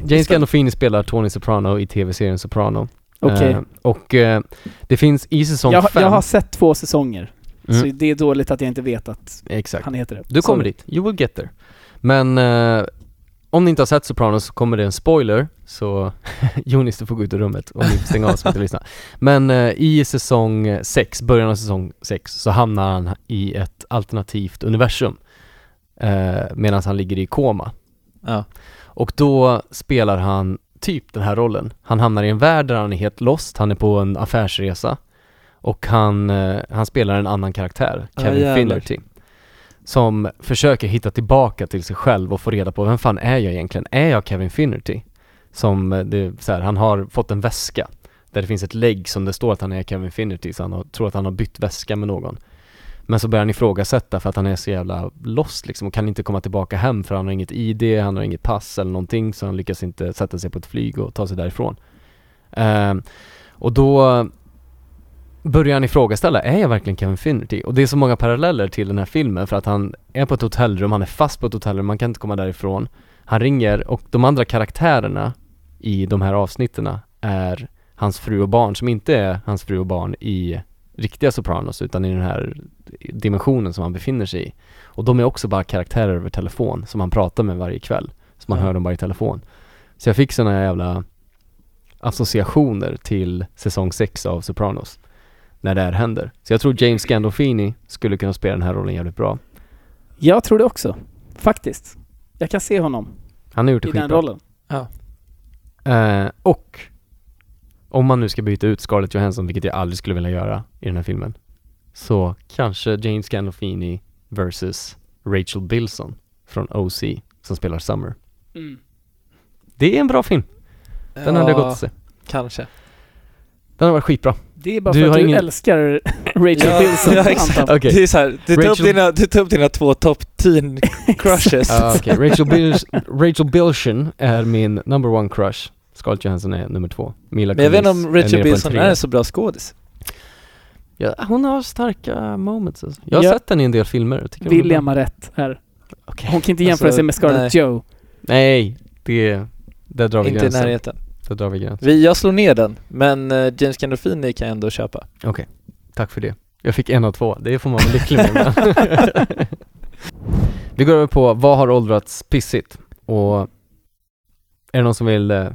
James Gandolfini spelar Tony Soprano i tv-serien Soprano. Okej. Eh, och eh, det finns i säsong Jag, fem... jag har sett två säsonger. Mm. Så det är dåligt att jag inte vet att Exakt. han heter det. Du kommer Sorry. dit, you will get there. Men eh, om ni inte har sett Sopranos så kommer det en spoiler, så (laughs) Jonis du får gå ut ur rummet och ni får stänga av så att inte lyssna. Men eh, i säsong 6, början av säsong 6, så hamnar han i ett alternativt universum. Eh, Medan han ligger i koma. Ja. Och då spelar han typ den här rollen. Han hamnar i en värld där han är helt lost, han är på en affärsresa. Och han, eh, han spelar en annan karaktär, Ja, Kevin jävlar. Finnerty. Som försöker hitta tillbaka till sig själv och få reda på vem fan är jag egentligen? Är jag Kevin Finnerty? Som, eh, det, så här, han har fått en väska där det finns ett lägg som det står att han är Kevin Finnerty, så han har, tror att han har bytt väska med någon. Men så börjar han ifrågasätta för att han är så jävla lost liksom och kan inte komma tillbaka hem för han har inget ID, han har inget pass eller någonting så han lyckas inte sätta sig på ett flyg och ta sig därifrån. Ehm, och då börjar han ifrågasätta, är jag verkligen Kevin Finnerty? Och det är så många paralleller till den här filmen för att han är på ett hotellrum, han är fast på ett hotellrum, man kan inte komma därifrån. Han ringer och de andra karaktärerna i de här avsnitten är hans fru och barn som inte är hans fru och barn i riktiga Sopranos utan i den här dimensionen som han befinner sig i. Och de är också bara karaktärer över telefon som han pratar med varje kväll. Så man Ja. hör dem bara i telefon. Så jag fick sådana jävla associationer till säsong 6 av Sopranos. När det här händer. Så jag tror James Gandolfini skulle kunna spela den här rollen jävligt bra. Jag tror det också. Faktiskt. Jag kan se honom Han har gjort det i den skitbra. rollen. Ja. Eh, och om man nu ska byta ut Scarlett Johansson, vilket jag aldrig skulle vilja göra i den här filmen, så kanske James Gandolfini versus Rachel Bilson från OC som spelar Summer. Mm. Det är en bra film. Den hade jag gått att se. Kanske. Den har varit skitbra. Det är bara för att du älskar (laughs) Rachel Ja, Bilson, ja, exakt. Anton. Okej. Det är så här, du, tar upp Rachel- dina, du tar upp dina två top teen (laughs) crushes. Ah, okej. Rachel, Bils- Rachel Bilson är min number one crush. Scarlett Johansson är nummer två. Mila Men jag vet inte om Kunis är nere Rachel på en Bilson trea. är en så bra skådis. Ja, hon har starka moments alltså. Jag har Ja. sett den i en del filmer. Jag tycker hon är William bra. har rätt här. Okej. Hon kan inte jämföra Alltså, sig med Scarlett nej. Joe. Nej, det, där drar vi Inte i gränsen. närheten. Där drar vi gränsen. Vi, jag slår ner den, men eh, James Gandolfini kan jag ändå köpa. Okej, tack för det. Jag fick en av två, det får man vara lycklig med. vi går över på vad har åldrats pissigt? Och är det någon som vill eh,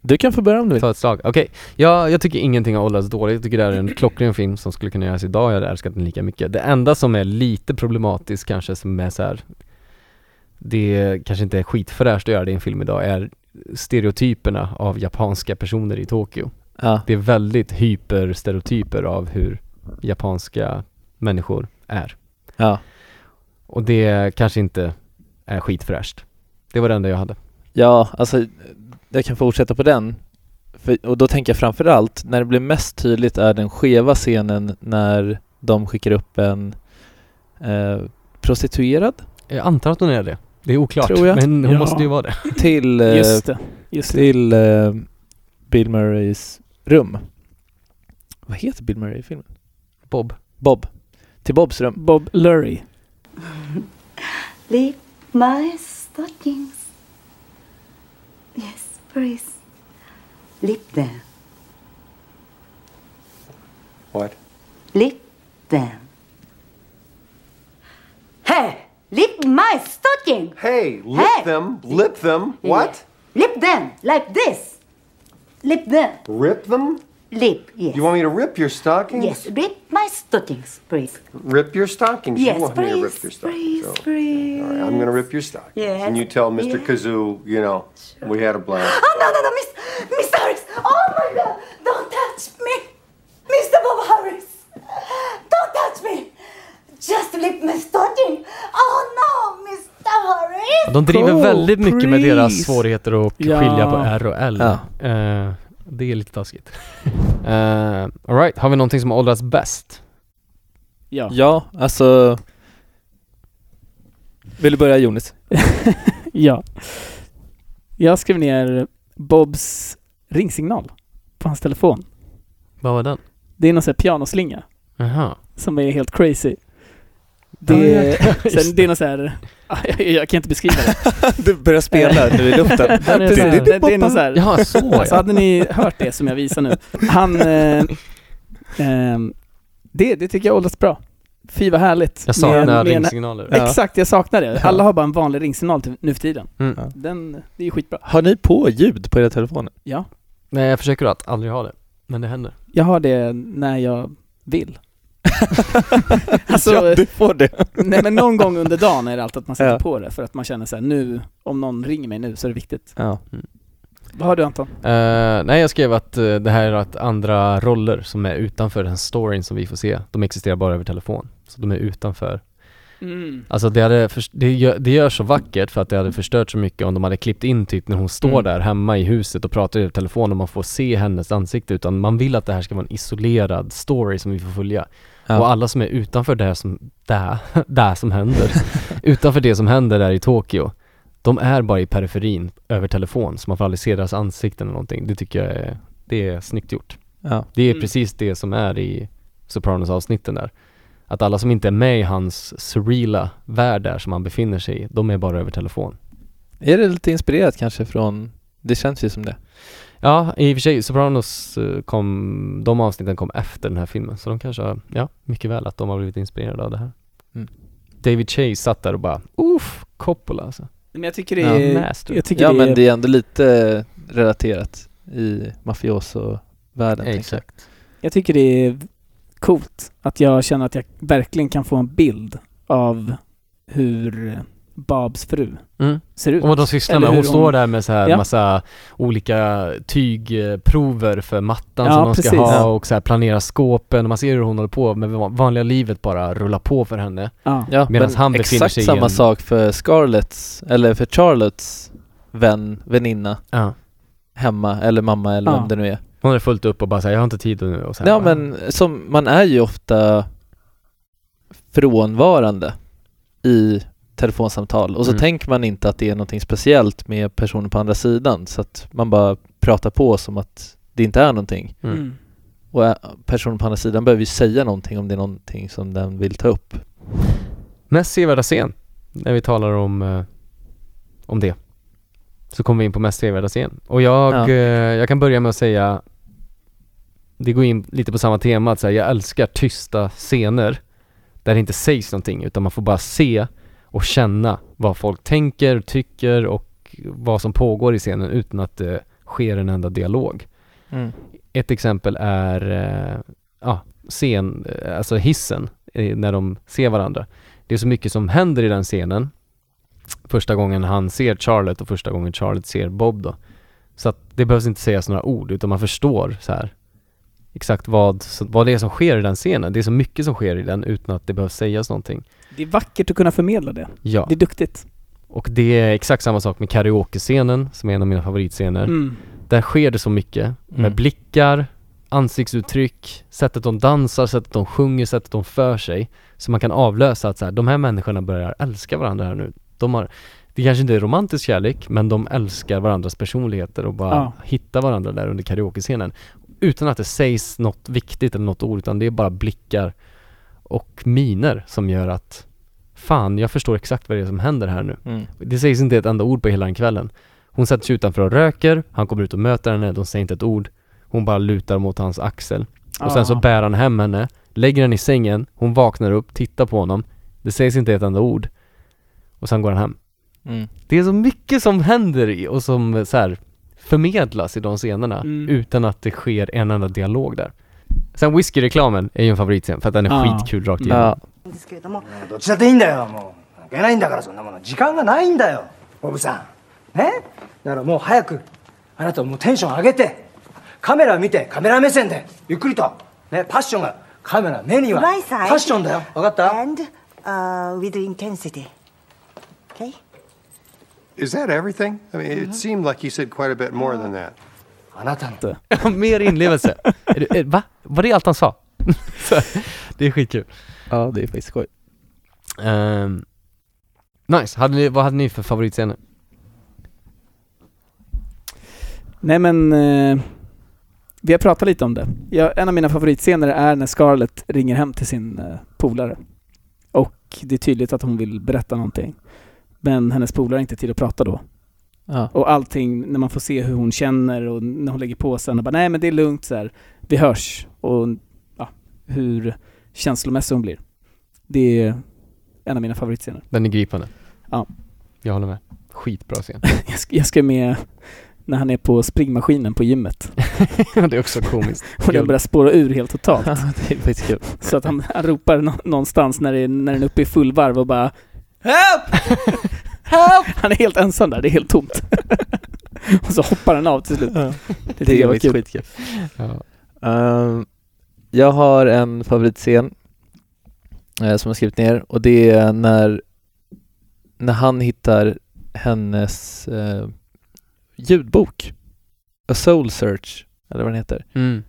Du kan få börja om du vill. Ta ett slag. Okej, jag, jag tycker ingenting har åldrats dåligt. Jag tycker det här är en klockren film som skulle kunna göras idag. Jag hade älskat den lika mycket. Det enda som är lite problematiskt kanske som är så här. det kanske inte är skitfräscht att göra det i en film idag, är stereotyperna av japanska personer i Tokyo. Ja. Det är väldigt hyperstereotyper av hur japanska människor är. Ja. Och det kanske inte är skitfräscht. Det var det enda jag hade. Ja, alltså jag kan fortsätta på den. För, och då tänker jag framförallt, när det blir mest tydligt är den skeva scenen när de skickar upp en eh, prostituerad. Jag antar att hon är det. Det är oklart, Tror jag. men hon Ja. måste ju vara det. Till, eh, Just det, just det. till eh, Bill Murrays rum. Vad heter Bill Murray i filmen? Bob. Bob. Till Bobs rum. Bob Lurie. Leave my stockings. Yes, please. Leave them. What? Leave them. Hey, leave my stocking. Hey, lip Hey. them, lip them. What? Leave them like this. Leave them. Rip them? Leave. Yes. You want me to rip your stockings? Yes, leave my stockings, please. Rip your stockings. Yes, you want me to rip your please, stockings. please, please. All right, I'm going to rip your stockings. Yes. And you tell Mr. Yes. Kazoo, you know, we had a blast. (laughs) Oh, no, no, no, Miss, Miss Harris. Oh, my God. Don't touch me. Mr. Bob Harris. Don't touch me. Just leave my stocking. Oh, no, Mr. Harris. De driver Oh, väldigt mycket med deras please. svårigheter att Ja. skilja på R och L. Eh, det är lite taskigt. (laughs) Eh, all right, har vi någonting som har åldrats bäst? Ja. Ja, alltså... Vill du börja Jonas? Ja. Jag skrev ner Bobs ringsignal på hans telefon. Vad var den? Det är någon sån här pianoslinga Jaha. som är helt crazy. Det, Ja, (laughs) just sen, det är någon så här, (laughs) jag, jag kan inte beskriva det. (laughs) Du (laughs) börjar spela nu i luften. Den är så här- det, det är någon så här. Jaha, så ja. alltså, hade ni hört det som jag visar nu. Han, eh, ehm, det, det tycker jag åldras bra. Fy vad härligt. Jag saknar Med- med- ringsignaler. Ja. Exakt, jag saknar det. Alla har bara en vanlig ringsignal till, nu för tiden. Mm. Den, det är ju skitbra. Har ni på ljud på era telefoner? Ja. Nej, jag försöker att aldrig ha det, men det händer. Jag har det när jag vill. (laughs) alltså, Ja, du får det. nej men någon gång under dagen är det alltid att man sätter Ja. på det för att man känner så här, nu, om någon ringer mig nu så är det viktigt. Mm. Ja. Mm. Vad har du Anton? Eh, nej, jag skrev att eh, det här är att andra roller som är utanför den storyn som vi får se, de existerar bara över telefon. Så de är utanför. Mm. Alltså det, hade förs- det, gör, det gör så vackert för att det hade förstört så mycket om de hade klippt in typ när hon står Mm. där hemma i huset och pratar i telefon och man får se hennes ansikte utan man vill att det här ska vara en isolerad story som vi får följa. Ja. Och alla som är utanför det här (laughs) som, där, där som (laughs) händer, utanför det som händer där i Tokyo, de är bara i periferin över telefon så man får aldrig se deras ansikten eller någonting. Det tycker jag är, det är snyggt gjort. Ja. Det är Mm. precis det som är i Sopranos avsnitten där. Att alla som inte är med i hans surreala värld där som han befinner sig i, de är bara över telefon. Är det lite inspirerat kanske från... Det känns ju som det. Ja, i och för sig, Sopranos eh, kom, de avsnitten kom efter den här filmen, så de kanske, har- ja, mycket väl att de har blivit inspirerade av det här. Mm. David Chase satt där och bara, uff, Coppola alltså. Men jag tycker det är... Ja, master. jag tycker Ja det är, men det är ändå lite relaterat i mafioso-världen. Exakt. Jag tycker det är coolt att jag känner att jag verkligen kan få en bild av hur Babs fru Mm. ser ut. Och vad de sysslar Eller med, hon, hur står där med så här Ja. massa olika tygprover för mattan Ja, som de ska precis. ha Ja. och så här planera skåpen och man ser hur hon håller på med van- vanliga livet bara rulla på för henne. Ja. Ja, Medan men han befinner exakt sig i samma en... sak för Scarletts, eller för Charlottes vän, väninna. Ja. Hemma, eller mamma eller Ja. vem det nu är. Hon är fullt upp och bara säger jag har inte tid nu och så här, Ja bara, men som, man är ju ofta frånvarande i telefonsamtal och så Mm. tänker man inte att det är någonting speciellt med personen på andra sidan så att man bara pratar på som att det inte är någonting. Mm. Mm. Och ä, personen på andra sidan behöver ju säga någonting om det är någonting som den vill ta upp. Mest sevärda scen, när vi talar om, eh, om det. Så kommer vi in på mest sevärda scen. Och jag, Ja. eh, jag kan börja med att säga, det går in lite på samma tema, att så här, jag älskar tysta scener där det inte sägs någonting utan man får bara se och känna vad folk tänker, tycker och vad som pågår i scenen utan att det sker en enda dialog. Mm. Ett exempel är eh, ja, scen, eh, alltså hissen, eh, när de ser varandra. Det är så mycket som händer i den scenen. Första gången han ser Charlotte och första gången Charlotte ser Bob då. Så att det behövs inte sägas några ord utan man förstår så här exakt vad, vad det är som sker i den scenen. Det är så mycket som sker i den utan att det behövs sägas någonting. Det är vackert att kunna förmedla det. Ja. Det är duktigt. Och det är exakt samma sak med karaoke-scenen som är en av mina favoritscener. Mm. Där sker det så mycket med Mm. blickar, ansiktsuttryck, sättet de dansar, sättet de sjunger, sättet de för sig. Så man kan avlösa att så här, de här människorna börjar älska varandra här nu. De har, det kanske inte är romantisk kärlek, men de älskar varandras personligheter och bara Ja. hittar varandra där under karaoke-scenen. Utan att det sägs något viktigt eller något ord, utan det är bara blickar och miner som gör att fan, jag förstår exakt vad det är som händer här nu. Mm. Det sägs inte ett enda ord på hela den kvällen. Hon sätter sig utanför och röker, han kommer ut och möter henne, de säger inte ett ord. Hon bara lutar mot hans axel. Och sen så Ah. bär han hem henne, lägger henne i sängen, hon vaknar upp, tittar på honom. Det sägs inte ett enda ord. Och sen går han hem. Mm. Det är så mycket som händer i- och som eh, så här, förmedlas i de scenerna Mm. utan att det sker en enda dialog där. Sen whiskyreklamen är ju en favoritscen för att den är Ja. skitkul rakt igenom. ですけれどもどっちだっていいんだよもう関係ないんだからそんなもの時間がないんだよボブさんねだからもう早くあなたはもうテンション上げてカメラ見てカメラ目線でゆっくりとねパッションがカメラ目にはパ Right side. ッションだよ分かった Uh, with intensity. Okay? Is that everything? I mean, Uh-huh. it seemed like he said quite a bit more than that. (laughs) Mer inlevelse. Är du- är- Va? Var det allt han sa? (laughs) Så, det är skitkul. Ja, det är faktiskt skoj. Ehm, nice, hade ni, vad hade ni för favoritscener? Nej men, eh, vi har pratat lite om det. Jag, en av mina favoritscener är när Scarlett ringer hem till sin eh, polare. Och det är tydligt att hon vill berätta någonting. Men hennes polare har inte tid att prata då. Ja. Och allting, när man får se hur hon känner och när hon lägger på sen och bara nej men det är lugnt så här. vi hörs. Och ja, hur känslomässig hon blir. Det är en av mina favoritscener. (laughs) Den är gripande. Ja. Jag håller med. Skitbra scen. Jag ska, jag ska med när han är på springmaskinen på gymmet. det är också komiskt. Och den börjar spåra ur helt totalt. (laughs) det är faktiskt kul. (laughs) Så att han, han ropar nå- någonstans när, det, är- när den är uppe i full varv och bara Help! (laughs) Help! Han är helt ensam där, det är helt tomt. (laughs) och så hoppar han av till slut. Ja. Det tycker jag var kul. skitkul. Ja. Ehm, jag har en favoritscen eh, som jag skrivit ner och det är när, när han hittar hennes eh, ljudbok, A Soul Search, eller vad den heter, Mm.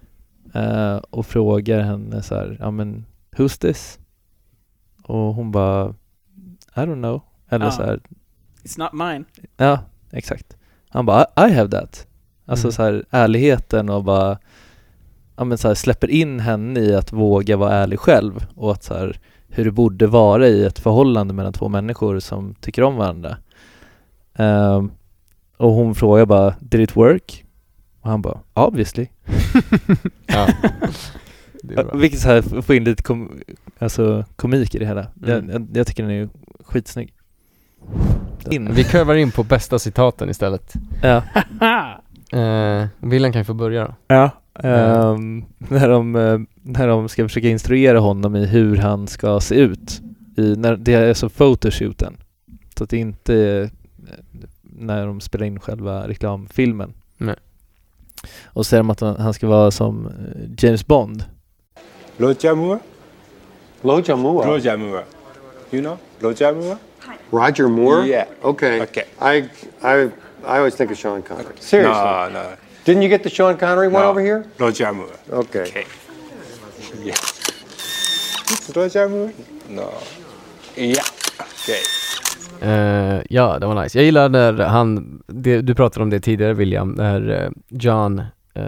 Eh, och frågar henne så här, ja men who's this? Och hon bara, I don't know, eller Ja. så här, It's not mine. Ja, exakt. Han bara I I have that. Alltså Mm. så här ärligheten och bara ja, men så här, släpper in henne i att våga vara ärlig själv och att så här, hur det borde vara i ett förhållande mellan två människor som tycker om varandra. Ehm, och hon frågar bara Did it work? Och han bara Obviously. Ja. Det är bra. Vilket så här f- får in lite kom, alltså, komik i det hela. Jag, jag, jag tycker den är skitsnygg. In. Vi kurvar in på bästa citaten istället. Ja. Uh, William kan ju få börja då. Ja, ehm, när, de, eh, när de ska försöka instruera honom i hur han ska se ut. I, när, det är alltså photoshooten. Så att det inte är eh, när de spelar in själva reklamfilmen. Nej. Och säger de att han han ska vara som eh, James Bond. Lojamua? Lojamua. Lojamua. You know Lojamua? Roger Moore? Yeah. Okay. Okay. I, I, I always think of Sean Connery. Seriously. No, no. Didn't you get the Sean Connery one No. over here? Lojamua. Okay. Yeah. Lojamua? No. Yeah. Okay. Eh, ja, det var nice. Jag gillar när han, det, du pratade om det tidigare William, när eh, John, eh,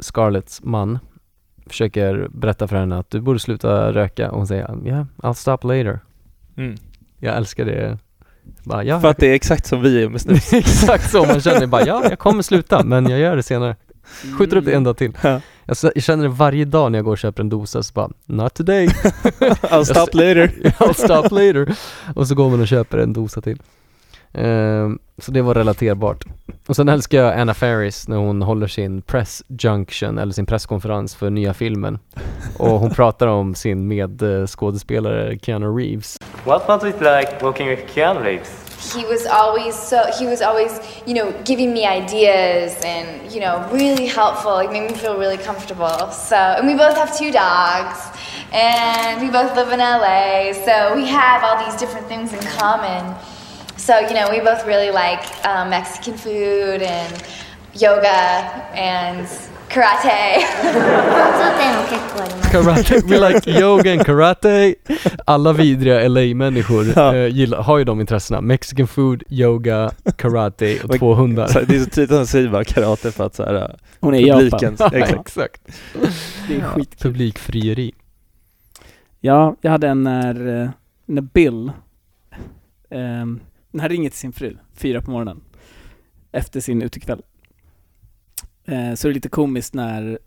Scarletts man, försöker berätta för henne att du borde sluta röka och hon säger ja, yeah, I'll stop later. Mm. Jag älskar det. Bara, ja, (laughs) För att det är exakt som vi är med snus. (laughs) exakt så man känner bara ja, jag kommer sluta men jag gör det senare. Skjuter upp det en dag till. Jag s- jag känner det varje dag när jag går och köper en dosa, så bara Not today. I'll stop later. (laughs) I'll stop later. Och så går man och köper en dosa till. Ehm, så det var relaterbart. Och sen älskar jag Anna Faris när hon håller sin press junction, eller sin presskonferens för nya filmen. Och hon pratar om sin medskådespelare Keanu Reeves. What was it like working with Keanu Reeves? he was always so he was always you know giving me ideas and you know really helpful like made me feel really comfortable so and we both have two dogs and we both live in la so we have all these different things in common so you know we both really like um, mexican food and yoga and karate 構あります Karate, we like yoga and karate. Alla vidriga LA-människor eh, gillar, har ju de intressena. Mexican food, yoga, karate och två hundar. (laughs) Så det är så tydligt att hon säger bara karate för att så här, eh, Hon är i (laughs) publiken, Japan. exakt. Exakt. Det är skit. Publikfrieri. Ja, jag hade en när, eh, när Bill, ehm, när han ringer till sin fru, fyra på morgonen, efter sin utekväll. Eh, så det är lite komiskt när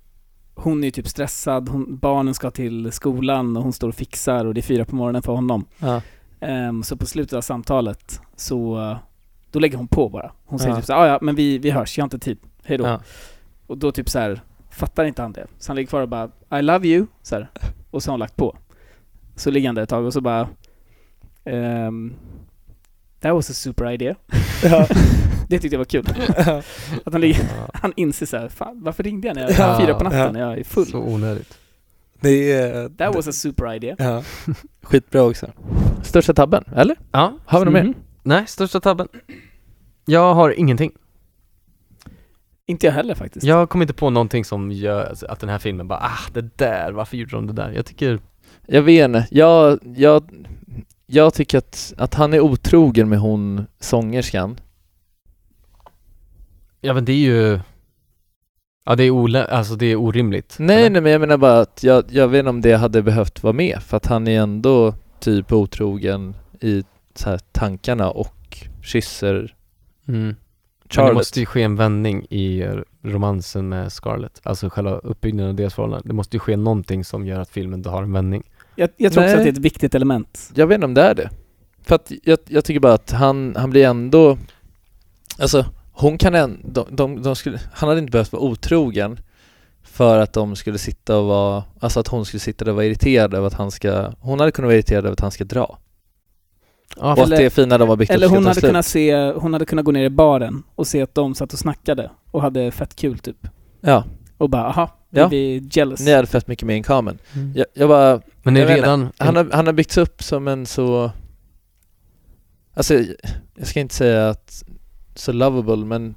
hon är typ stressad, hon, barnen ska till skolan och hon står och fixar och det är fyra på morgonen för honom. Ja. Ehm, så på slutet av samtalet så, eh, då lägger hon på bara. Hon säger Ja. typ så här, "Ah, ja men vi, vi hörs, jag har inte tid, hejdå. Ja. Och då typ så här fattar inte han det. Så han ligger kvar och bara I love you, så här. Och så har hon lagt på. Så ligger han där ett tag och så bara ehm, That was a super (laughs) idea. (laughs) det tyckte jag var kul. Att han, ligger, han inser så här, fan varför ringde jag när jag var fyra på natten? Jag är full. Så onödigt. Det är... That was a super idea. Ja. (laughs) Skitbra också. Största tabben, eller? Ja. Har vi något mer? Mm. Mhm. Nej, största tabben. Jag har ingenting. Inte jag heller faktiskt. Jag kom inte på någonting som gör att den här filmen bara ah, det där, varför gjorde de det där? Jag tycker Jag vet inte. Jag, jag, jag tycker att, att han är otrogen med hon sångerskan. Ja men det är ju Ja det är olä... alltså det är orimligt Nej, nej, men jag menar bara att jag, jag vet inte om det hade behövt vara med för att han är ändå typ otrogen i så här tankarna och kysser mm. Men det Charlotte. måste ju ske en vändning i eh, romansen med Scarlett Alltså själva uppbyggnaden av deras förhållande Det måste ju ske någonting som gör att filmen har en vändning Jag, jag tror också Nej. att det är ett viktigt element. Jag vet inte om det är det. För att jag, jag tycker bara att han, han blir ändå... Alltså, hon kan ändå... De, de, de skulle, han hade inte behövt vara otrogen för att de skulle sitta och vara... Alltså att hon skulle sitta där och vara irriterad över att han ska... Hon hade kunnat vara irriterad över att han ska dra. och att det är fina de har byggt upp Eller ska hon ta hade, slut. kunnat se, hon hade kunnat gå ner i baren och se att de satt och snackade och hade fett kul typ. Ja. Och bara, aha, Ja. vi är jealous. Ni hade fett mycket mer in common. Mm. Jag, jag bara... Men det är jag vet redan- inte. Han har, han har byggts upp som en så... Alltså, jag ska inte säga att så lovable, men...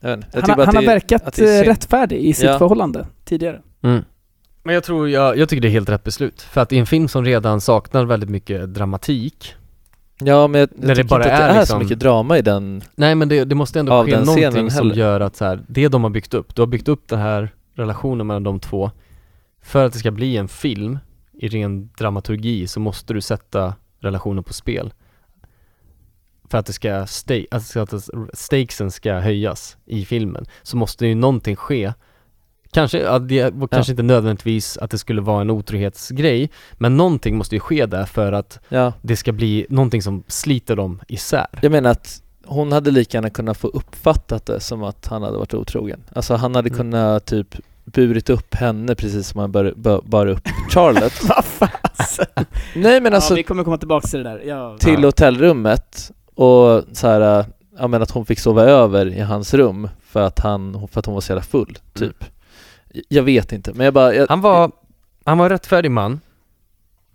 Jag vet inte. Jag Han, tycker bara har- han att har det är- att verkat det är eh, synd. rättfärdig i sitt Ja. förhållande tidigare. Mm. Men jag tror, jag, jag tycker det är helt rätt beslut För att i en film som redan saknar väldigt mycket dramatik Ja, men jag, jag När det tycker bara inte att det är är, liksom- så mycket drama i den. Nej men det, det måste ändå Av ske den scenen någonting som heller. gör att så här, det de har byggt upp, du har byggt upp den här relationen mellan de två För att det ska bli en film i ren dramaturgi så måste du sätta relationen på spel För att det ska, sta- alltså att det- stakesen ska höjas i filmen så måste ju någonting ske Kanske, ja, det var kanske inte nödvändigtvis att det skulle vara en otrohetsgrej Men någonting måste ju ske där för att Ja. det ska bli någonting som sliter dem isär Jag menar att hon hade lika gärna kunnat få uppfattat det som att han hade varit otrogen. Alltså han hade Mm. kunnat typ burit upp henne precis som han bar, bar, bar upp Charlotte. Vad (laughs) fasen? Nej men alltså ja, vi kommer komma tillbaka till det där. Ja. till hotellrummet och så här, äh, ja men att hon fick sova över i hans rum för att, han, för att hon var så jävla full, typ. Jag vet inte, men jag bara... Jag, Han var, han var en rättfärdig man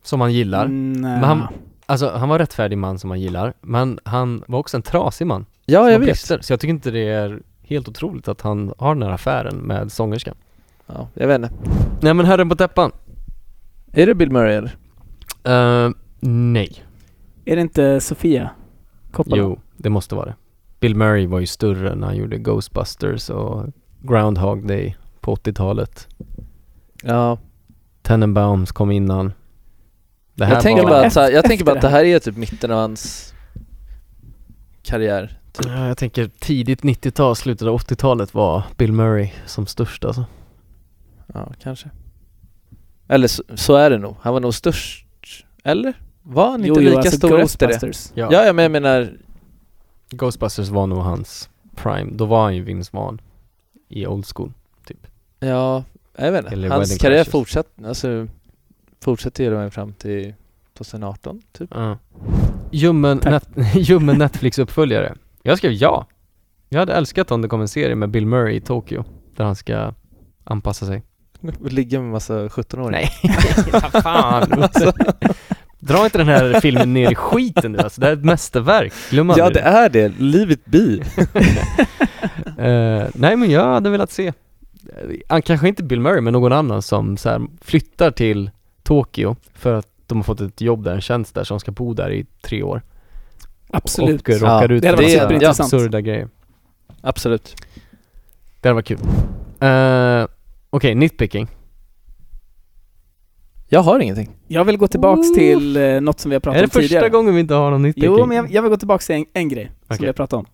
Som han gillar Mm. Mm, Men han, alltså han var en rättfärdig man som han gillar Men han var också en trasig man Ja, som jag har vet. brister. Så jag tycker inte det är helt otroligt att han har den här affären med sångerskan Ja, jag vet inte. Nej men herren på täppan Är det Bill Murray eller? Eh, nej Är det inte Sofia Coppola? Jo, det måste vara det Bill Murray var ju större när han gjorde Ghostbusters och Groundhog Day på 80-talet Ja Tenenbaums kom innan det jag tänker, var- bara, att, så här, jag Efter- tänker bara att efter det här är typ mitten av hans karriär. eh, Ja, jag tänker tidigt 90-tal, slutet av 80-talet var Bill Murray som störst alltså. Ja, kanske. Eller så, så är det nog. Han var nog störst, eller? Var han Jo, inte jo, lika alltså stor efter det? Ghostbusters. Ja. Ja, ja, men jag menar... Ghostbusters var nog hans prime, då var han ju Vince Vaughn i old school typ. Ja, jag vet inte. Eller Hans Wedding karriär Crashers. fortsatte, alltså, fortsatte ju fram till 2018, typ. Ja. Ljummen, net, (laughs) ljummen Netflix-uppföljare. Jag skrev ja. Jag hade älskat om det kom en serie med Bill Murray i Tokyo, där han ska anpassa sig. Mm. Ligga med massa 17-åringar. Nej, vad fan. Alltså. Dra inte den här filmen ner i skiten nu alltså, det här är ett mästerverk. Glöm Ja, aldrig det är det. (laughs) Livet bi. Eh, nej men jag hade velat se, eh, kanske inte Bill Murray men någon annan som så här, flyttar till Tokyo för att de har fått ett jobb där, en tjänst där, som ska bo där i tre år. Absolut. Och, eh, råkar Ja, ut det hade för varit så här superintressant. absurda grejer. Absolut. Det hade varit kul. Eh, Okej, nitpicking. Jag har ingenting. Jag vill gå tillbaks Ooh. till eh, något som vi har pratat Är det om tidigare. första gången vi inte har någon nitpicking? Jo, men jag, jag vill gå tillbaka till en, en grej Okej. som vi har pratat om.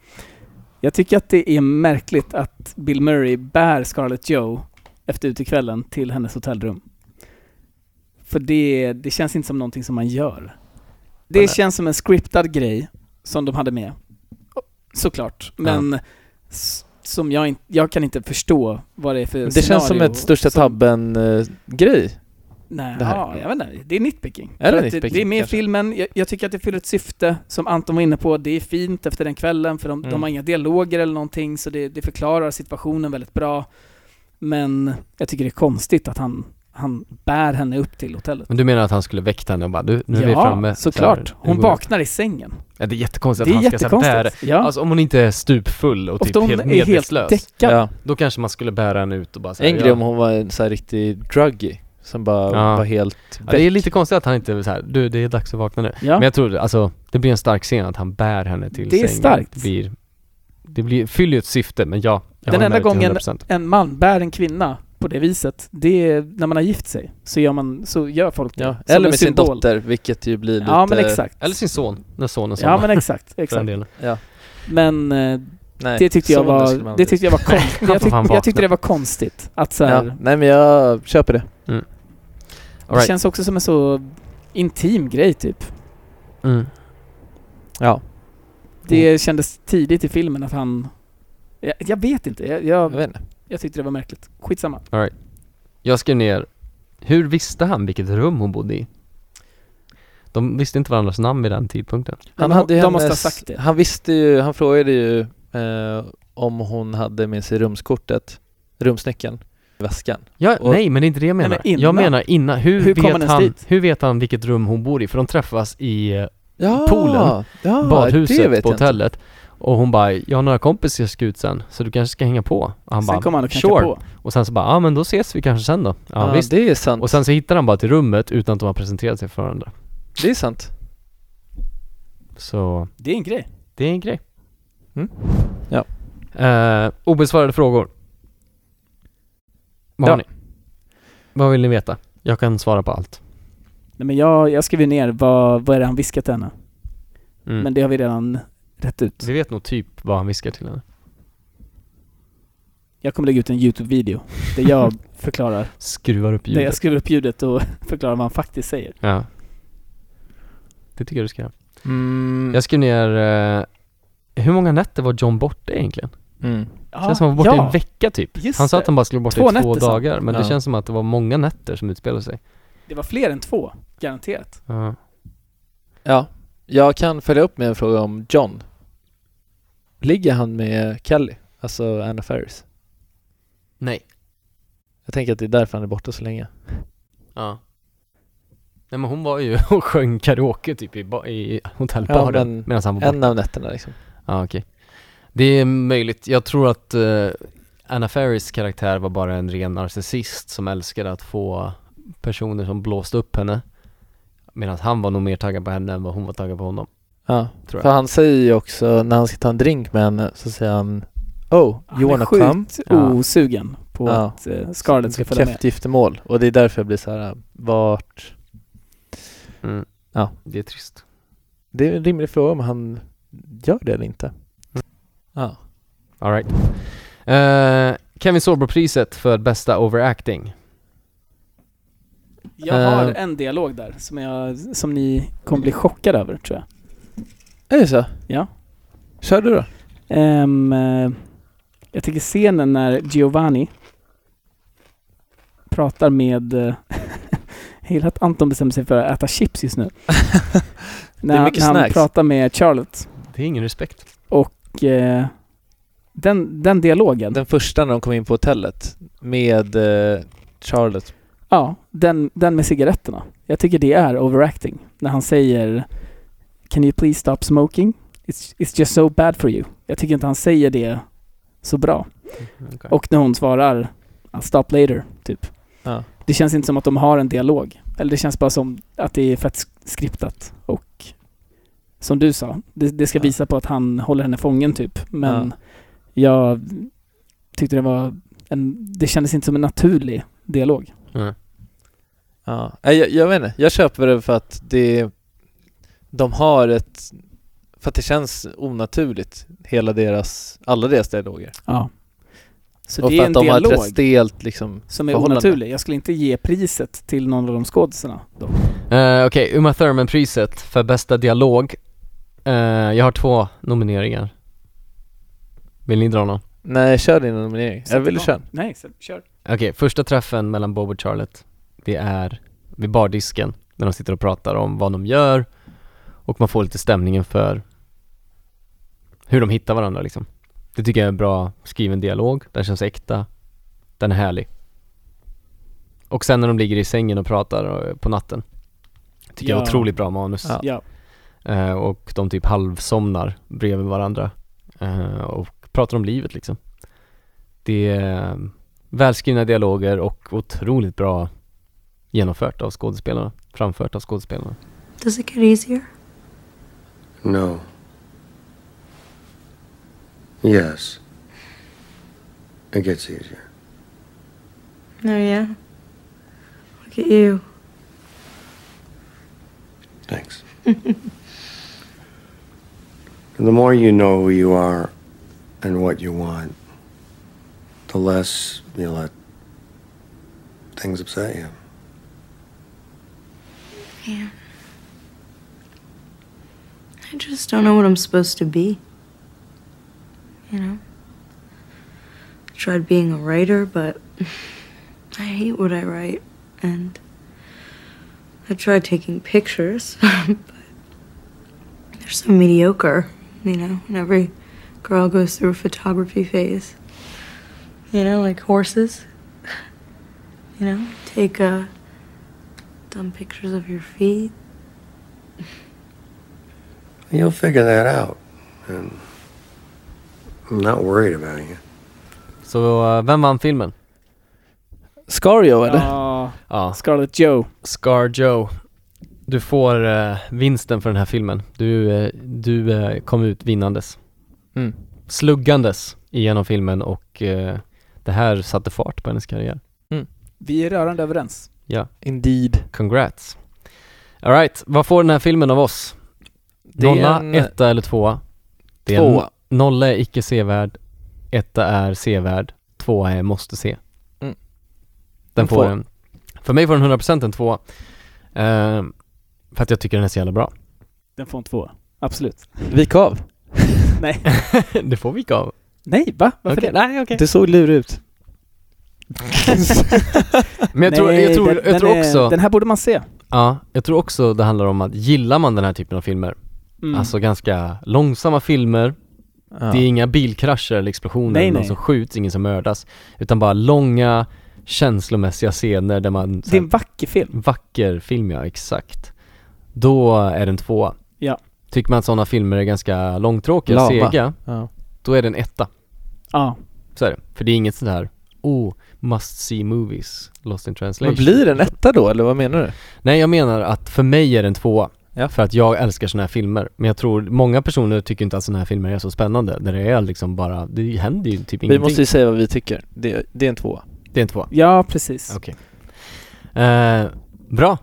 Jag tycker att det är märkligt att Bill Murray bär Scarlett Joe efter utekvällen till hennes hotellrum. För det, det känns inte som någonting som man gör. Det känns som en scriptad grej som de hade med. Såklart. Men s- som jag, inte, jag kan inte förstå vad det är för Men Det känns som scenario ett största tabben-grej. Nej, det här. ja, jag vet inte. Det är nitpicking. Är det För att nitpicking, det är med i kanske? filmen. Jag, jag tycker att det fyller ett syfte, som Anton var inne på. Det är fint efter den kvällen, för de, Mm. de har inga dialoger eller någonting, så det, det förklarar situationen väldigt bra. Men jag tycker det är konstigt att han, han bär henne upp till hotellet. Men du menar att han skulle väcka henne och bara du, nu är vi ja, framme. Så här, såklart. nu går Hon vi. vaknar i sängen. Ja, det är jättekonstigt Det är att han ska sätta där. jättekonstigt, ja. Alltså om hon inte är stupfull och Ofta typ hon helt är helt medvetslös. däckad. Ja. Då kanske man skulle bära henne ut och bara säga En grej om hon var en så här riktig druggy som bara Ja. var helt Ja, det är lite konstigt att han inte är så här, du det är dags att vakna nu. Ja. Men jag tror alltså, det blir en stark scen att han bär henne till Det är sängen. starkt. Det blir, det blir, fyller ju ett syfte men ja, jag Den håller enda med dig till gången 100%. en man bär en kvinna på det viset, det är när man har gift sig. Så gör, man, så gör folk det. Ja, Som eller en med sin symbol. dotter, vilket ju blir lite... Ja, men exakt. Eller sin son, när sonen Ja somnar. men (laughs) exakt, För den exakt. delen. Ja. Men eh, Nej, det tyckte jag sonen skulle var, man det aldrig- tyckte (laughs) jag var Nej, konstigt. han Jag, får fan tyck, jag tyckte vakna. det var konstigt att så Ja, här, nej men jag köper det. Mm. det känns också som en så intim grej typ. Mm. Ja. Det Mm. kändes tidigt i filmen att han, jag, jag vet inte, jag, jag, vet inte. jag tyckte det var märkligt. Skitsamma. All right. Jag skrev ner, hur visste han vilket rum hon bodde i? De visste inte varandras namn vid den tidpunkten. Han de- hade ju de måste hennes- ha sagt det. Han visste ju, han frågade ju eh, om hon hade med sig rumskortet, rumsnyckeln, i väskan. Ja, Och- nej men det är inte det jag menar. Nej, men innan. jag menar innan, hur, Hur kom han vet ens han, dit? hur vet han vilket rum hon bor i? För de träffas i eh, Ja, poolen, ja, det badhuset vet på jag inte. hotellet. Och hon bara, jag har några kompisar som ska ut sen, så du kanske ska hänga på? Och han Sen bara, kommer han och knackar sure. på. Och sen så bara, ja ah, men då ses vi kanske sen då. Ja, Ja, visst. det är sant. Och sen så hittar han bara till rummet utan att de har presenterat sig för varandra. Det är sant. Så Det är en grej. det är en grej. Mm. Ja. Eh, obesvarade frågor. Vad Ja. har ni? Vad vill ni veta? Jag kan svara på allt. Nej men jag, jag skrev ju ner vad, vad är det han viskat till henne. Mm. Men det har vi redan rätt ut. Vi vet nog typ vad han viskar till henne. Jag kommer lägga ut en YouTube-video där (laughs) jag förklarar, Skruvar upp där ljudet. jag skriver upp ljudet och (laughs) förklarar vad han faktiskt säger. Ja. Det tycker jag du ska göra. Mm. Jag skrev ner, eh, hur många nätter var John borta egentligen? Mm. känns som han var borta i ja. en vecka typ. Just han sa det. att han bara skulle vara Två borta i två nätter, sa han. dagar, men det Ja. känns som att det var många nätter som utspelade sig. Det var fler än två, garanterat. Ja. Ja, jag kan följa upp med en fråga om John. Ligger han med Kelly, alltså Anna Ferris? Nej. Jag tänker att det är därför han är borta så länge. Ja. Nej men hon var ju (laughs) och sjöng karaoke typ i, ba- i Ja, hotellbaren men medan han var borta. en av nätterna liksom. Ja, okej. Det är möjligt. Jag tror att eh, Anna Ferris karaktär var bara en ren narcissist som älskade att få personer som blåste upp henne. Medan han var nog mer taggad på henne än vad hon var taggad på honom. Ja, Tror för jag. han säger ju också när han ska ta en drink med henne så säger han Oh, Han you är wanna sjukt come? osugen på Ja. att eh, Scarlett ska följa med. Kräftgiftermål och det är därför jag blir så här vart Mm. Ja. Det är trist. Det är en rimlig fråga om han gör det eller inte. Ja. All right. Eh, Kevin Sorbo-priset för bästa overacting. Jag har Eh. en dialog där som, jag, som ni kommer bli chockade över tror jag. Är det så? Ja. Kör du då. Ehm, eh, jag tycker scenen när Giovanni pratar med... eh, (laughs) Jag gillar att Anton bestämmer sig för att äta chips just nu. när han- mycket när han snacks. pratar med Charlotte. Det är ingen respekt. Och eh, den, den dialogen. Den första när de kom in på hotellet med eh, Charlotte. Ja, den, den med cigaretterna. Jag tycker det är overacting. När han säger Can you please stop smoking? It's, it's just so bad for you. Jag tycker inte han säger det så bra. okej. Och när hon svarar I'll stop later, typ. Ja. Det känns inte som att de har en dialog. Eller det känns bara som att det är fett sk- skriptat. Och som du sa, det, det ska visa på att han håller henne fången typ. Men jag tyckte det var en, det kändes inte som en naturlig dialog. Ja. Nej, Jag, jag vet inte, jag köper det för att det, de har ett, för att det känns onaturligt, hela deras, alla deras dialoger. Ja. Så och det för är att en de har ett dialog rätt stelt liksom, som är förhållande. onaturlig. Jag skulle inte ge priset till någon av de skådisarna. dock. Eh, Okej, Uma Thurman-priset för bästa dialog. Eh, jag har två nomineringar. Vill ni dra någon? Nej, kör din nominering. Jag ville köra. Nej, så, kör. Okej, första träffen mellan Bob och Charlotte, det är vid bardisken när de sitter och pratar om vad de gör och man får lite stämningen för hur de hittar varandra liksom. Det tycker jag är en bra skriven dialog, den känns äkta, den är härlig. Och sen när de ligger i sängen och pratar eh, på natten, tycker jag Ja. är otroligt bra manus. Ja. Ja. Eh, och de typ halvsomnar bredvid varandra eh, och pratar om livet liksom. Det är eh, välskrivna dialoger och otroligt bra genomfört av skådespelarna, framfört av skådespelarna. Does it get easier? No. Yes. It gets easier. No, yeah. Look at you. Thanks. (laughs) The more you know who you are and what you want, the less you let things upset you. Yeah. I just don't know what I'm supposed to be. You know? I tried being a writer, but (laughs) I hate what I write. And I tried taking pictures, (laughs) but they're so mediocre, you know? And every girl goes through a photography phase. You know, like horses. (laughs) You know, take uh, dumb pictures of your feet. You'll figure that out. And I'm not worried about you. Så eh, vem vann filmen? Scario eller? Ja, Ja. Scarlett Joe. Scar Joe. Du får eh, vinsten för den här filmen. Du, eh, du eh, kom ut vinnandes. Mm. Sluggandes igenom filmen och eh, det här satte fart på hennes karriär. Vi är rörande överens. Ja. Indeed. Congrats. Alright, vad får den här filmen av oss? Det är Nolla, en- etta eller tvåa? Det är Tvåa. en- Nolla är icke sevärd, etta är sevärd, tvåa är måste se. Mm. Den En får tvåa. en, för mig får den 100% en tvåa. Ehm, för att jag tycker den är så jävla bra. Den får en tvåa. (laughs) Absolut. Vik av. Nej. det får vi av. Nej, va? Varför Okej. det? Nej, okej. Det såg lurig ut. (laughs) Men jag tror, Nej, jag tror, den- jag tror den är- också... Den här borde man se. Ja, jag tror också det handlar om att gillar man den här typen av filmer, Mm. alltså ganska långsamma filmer, det är inga bilkrascher eller explosioner, Nej, eller någon nej. som skjuts, ingen som mördas, utan bara långa känslomässiga scener där man... Det är en vacker film. Vacker film, ja exakt. Då är den tvåa. Ja. Tycker man att sådana filmer är ganska långtråkiga, Lama. sega, Ja. då är den etta. Ja. Så är det. För det är inget sånt här, oh, must see movies, lost in translation. Men blir den etta då eller vad menar du? Nej jag menar att för mig är den tvåa. För att jag älskar sådana här filmer. Men jag tror många personer tycker inte att sådana här filmer är så spännande. Där det är liksom bara, det händer ju typ ingenting. Vi måste ju säga vad vi tycker. Det, det är en tvåa. Det är en tvåa. Ja, precis. Okej. Eh, bra.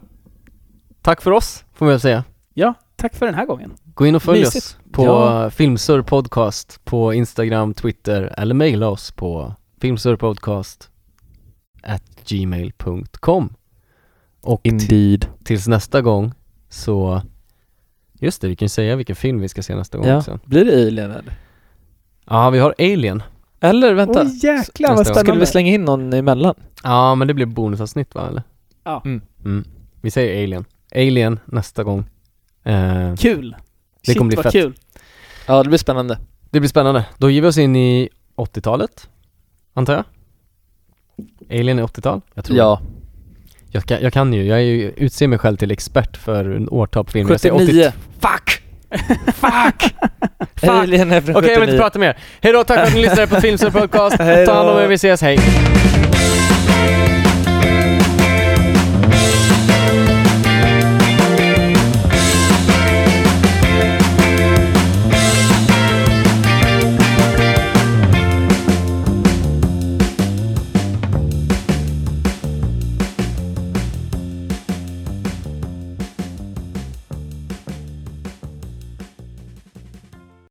Tack för oss, får man väl säga. Ja, tack för den här gången. Gå in och följ Mysigt. oss på Ja. Filmsur Podcast på Instagram, Twitter eller mejla oss på filmsurpodcast at gmail.com. Och Indeed. tills nästa gång så, just det, vi kan ju säga vilken film vi ska se nästa gång Ja. också. Blir det Alien eller? Ja, vi har Alien. Eller vänta. Oj, jäklar, vad Nästa gång. Skulle spännande. vi slänga in någon emellan? Ja, men det blir bonusavsnitt va, eller? Ja. Mm. Mm. Vi säger Alien. Alien nästa gång. Eh, Kul! Det Shit, kommer bli vad fett. kul. Ja, det blir spännande. Det blir spännande. Då ger vi oss in i 80-talet, antar jag? Alien är 80-tal? Jag tror Ja. det. Jag kan, jag kan ju, jag är ju, utser mig själv till expert för en årtal på filmer. Jag säger 79. 80 Fuck! (laughs) Fuck! Fuck! Alien är Okej, jag från vill inte 79. prata mer. Hejdå, tack för att ni lyssnade på Filmsur Podcast. Ta hand om er, vi ses, hej!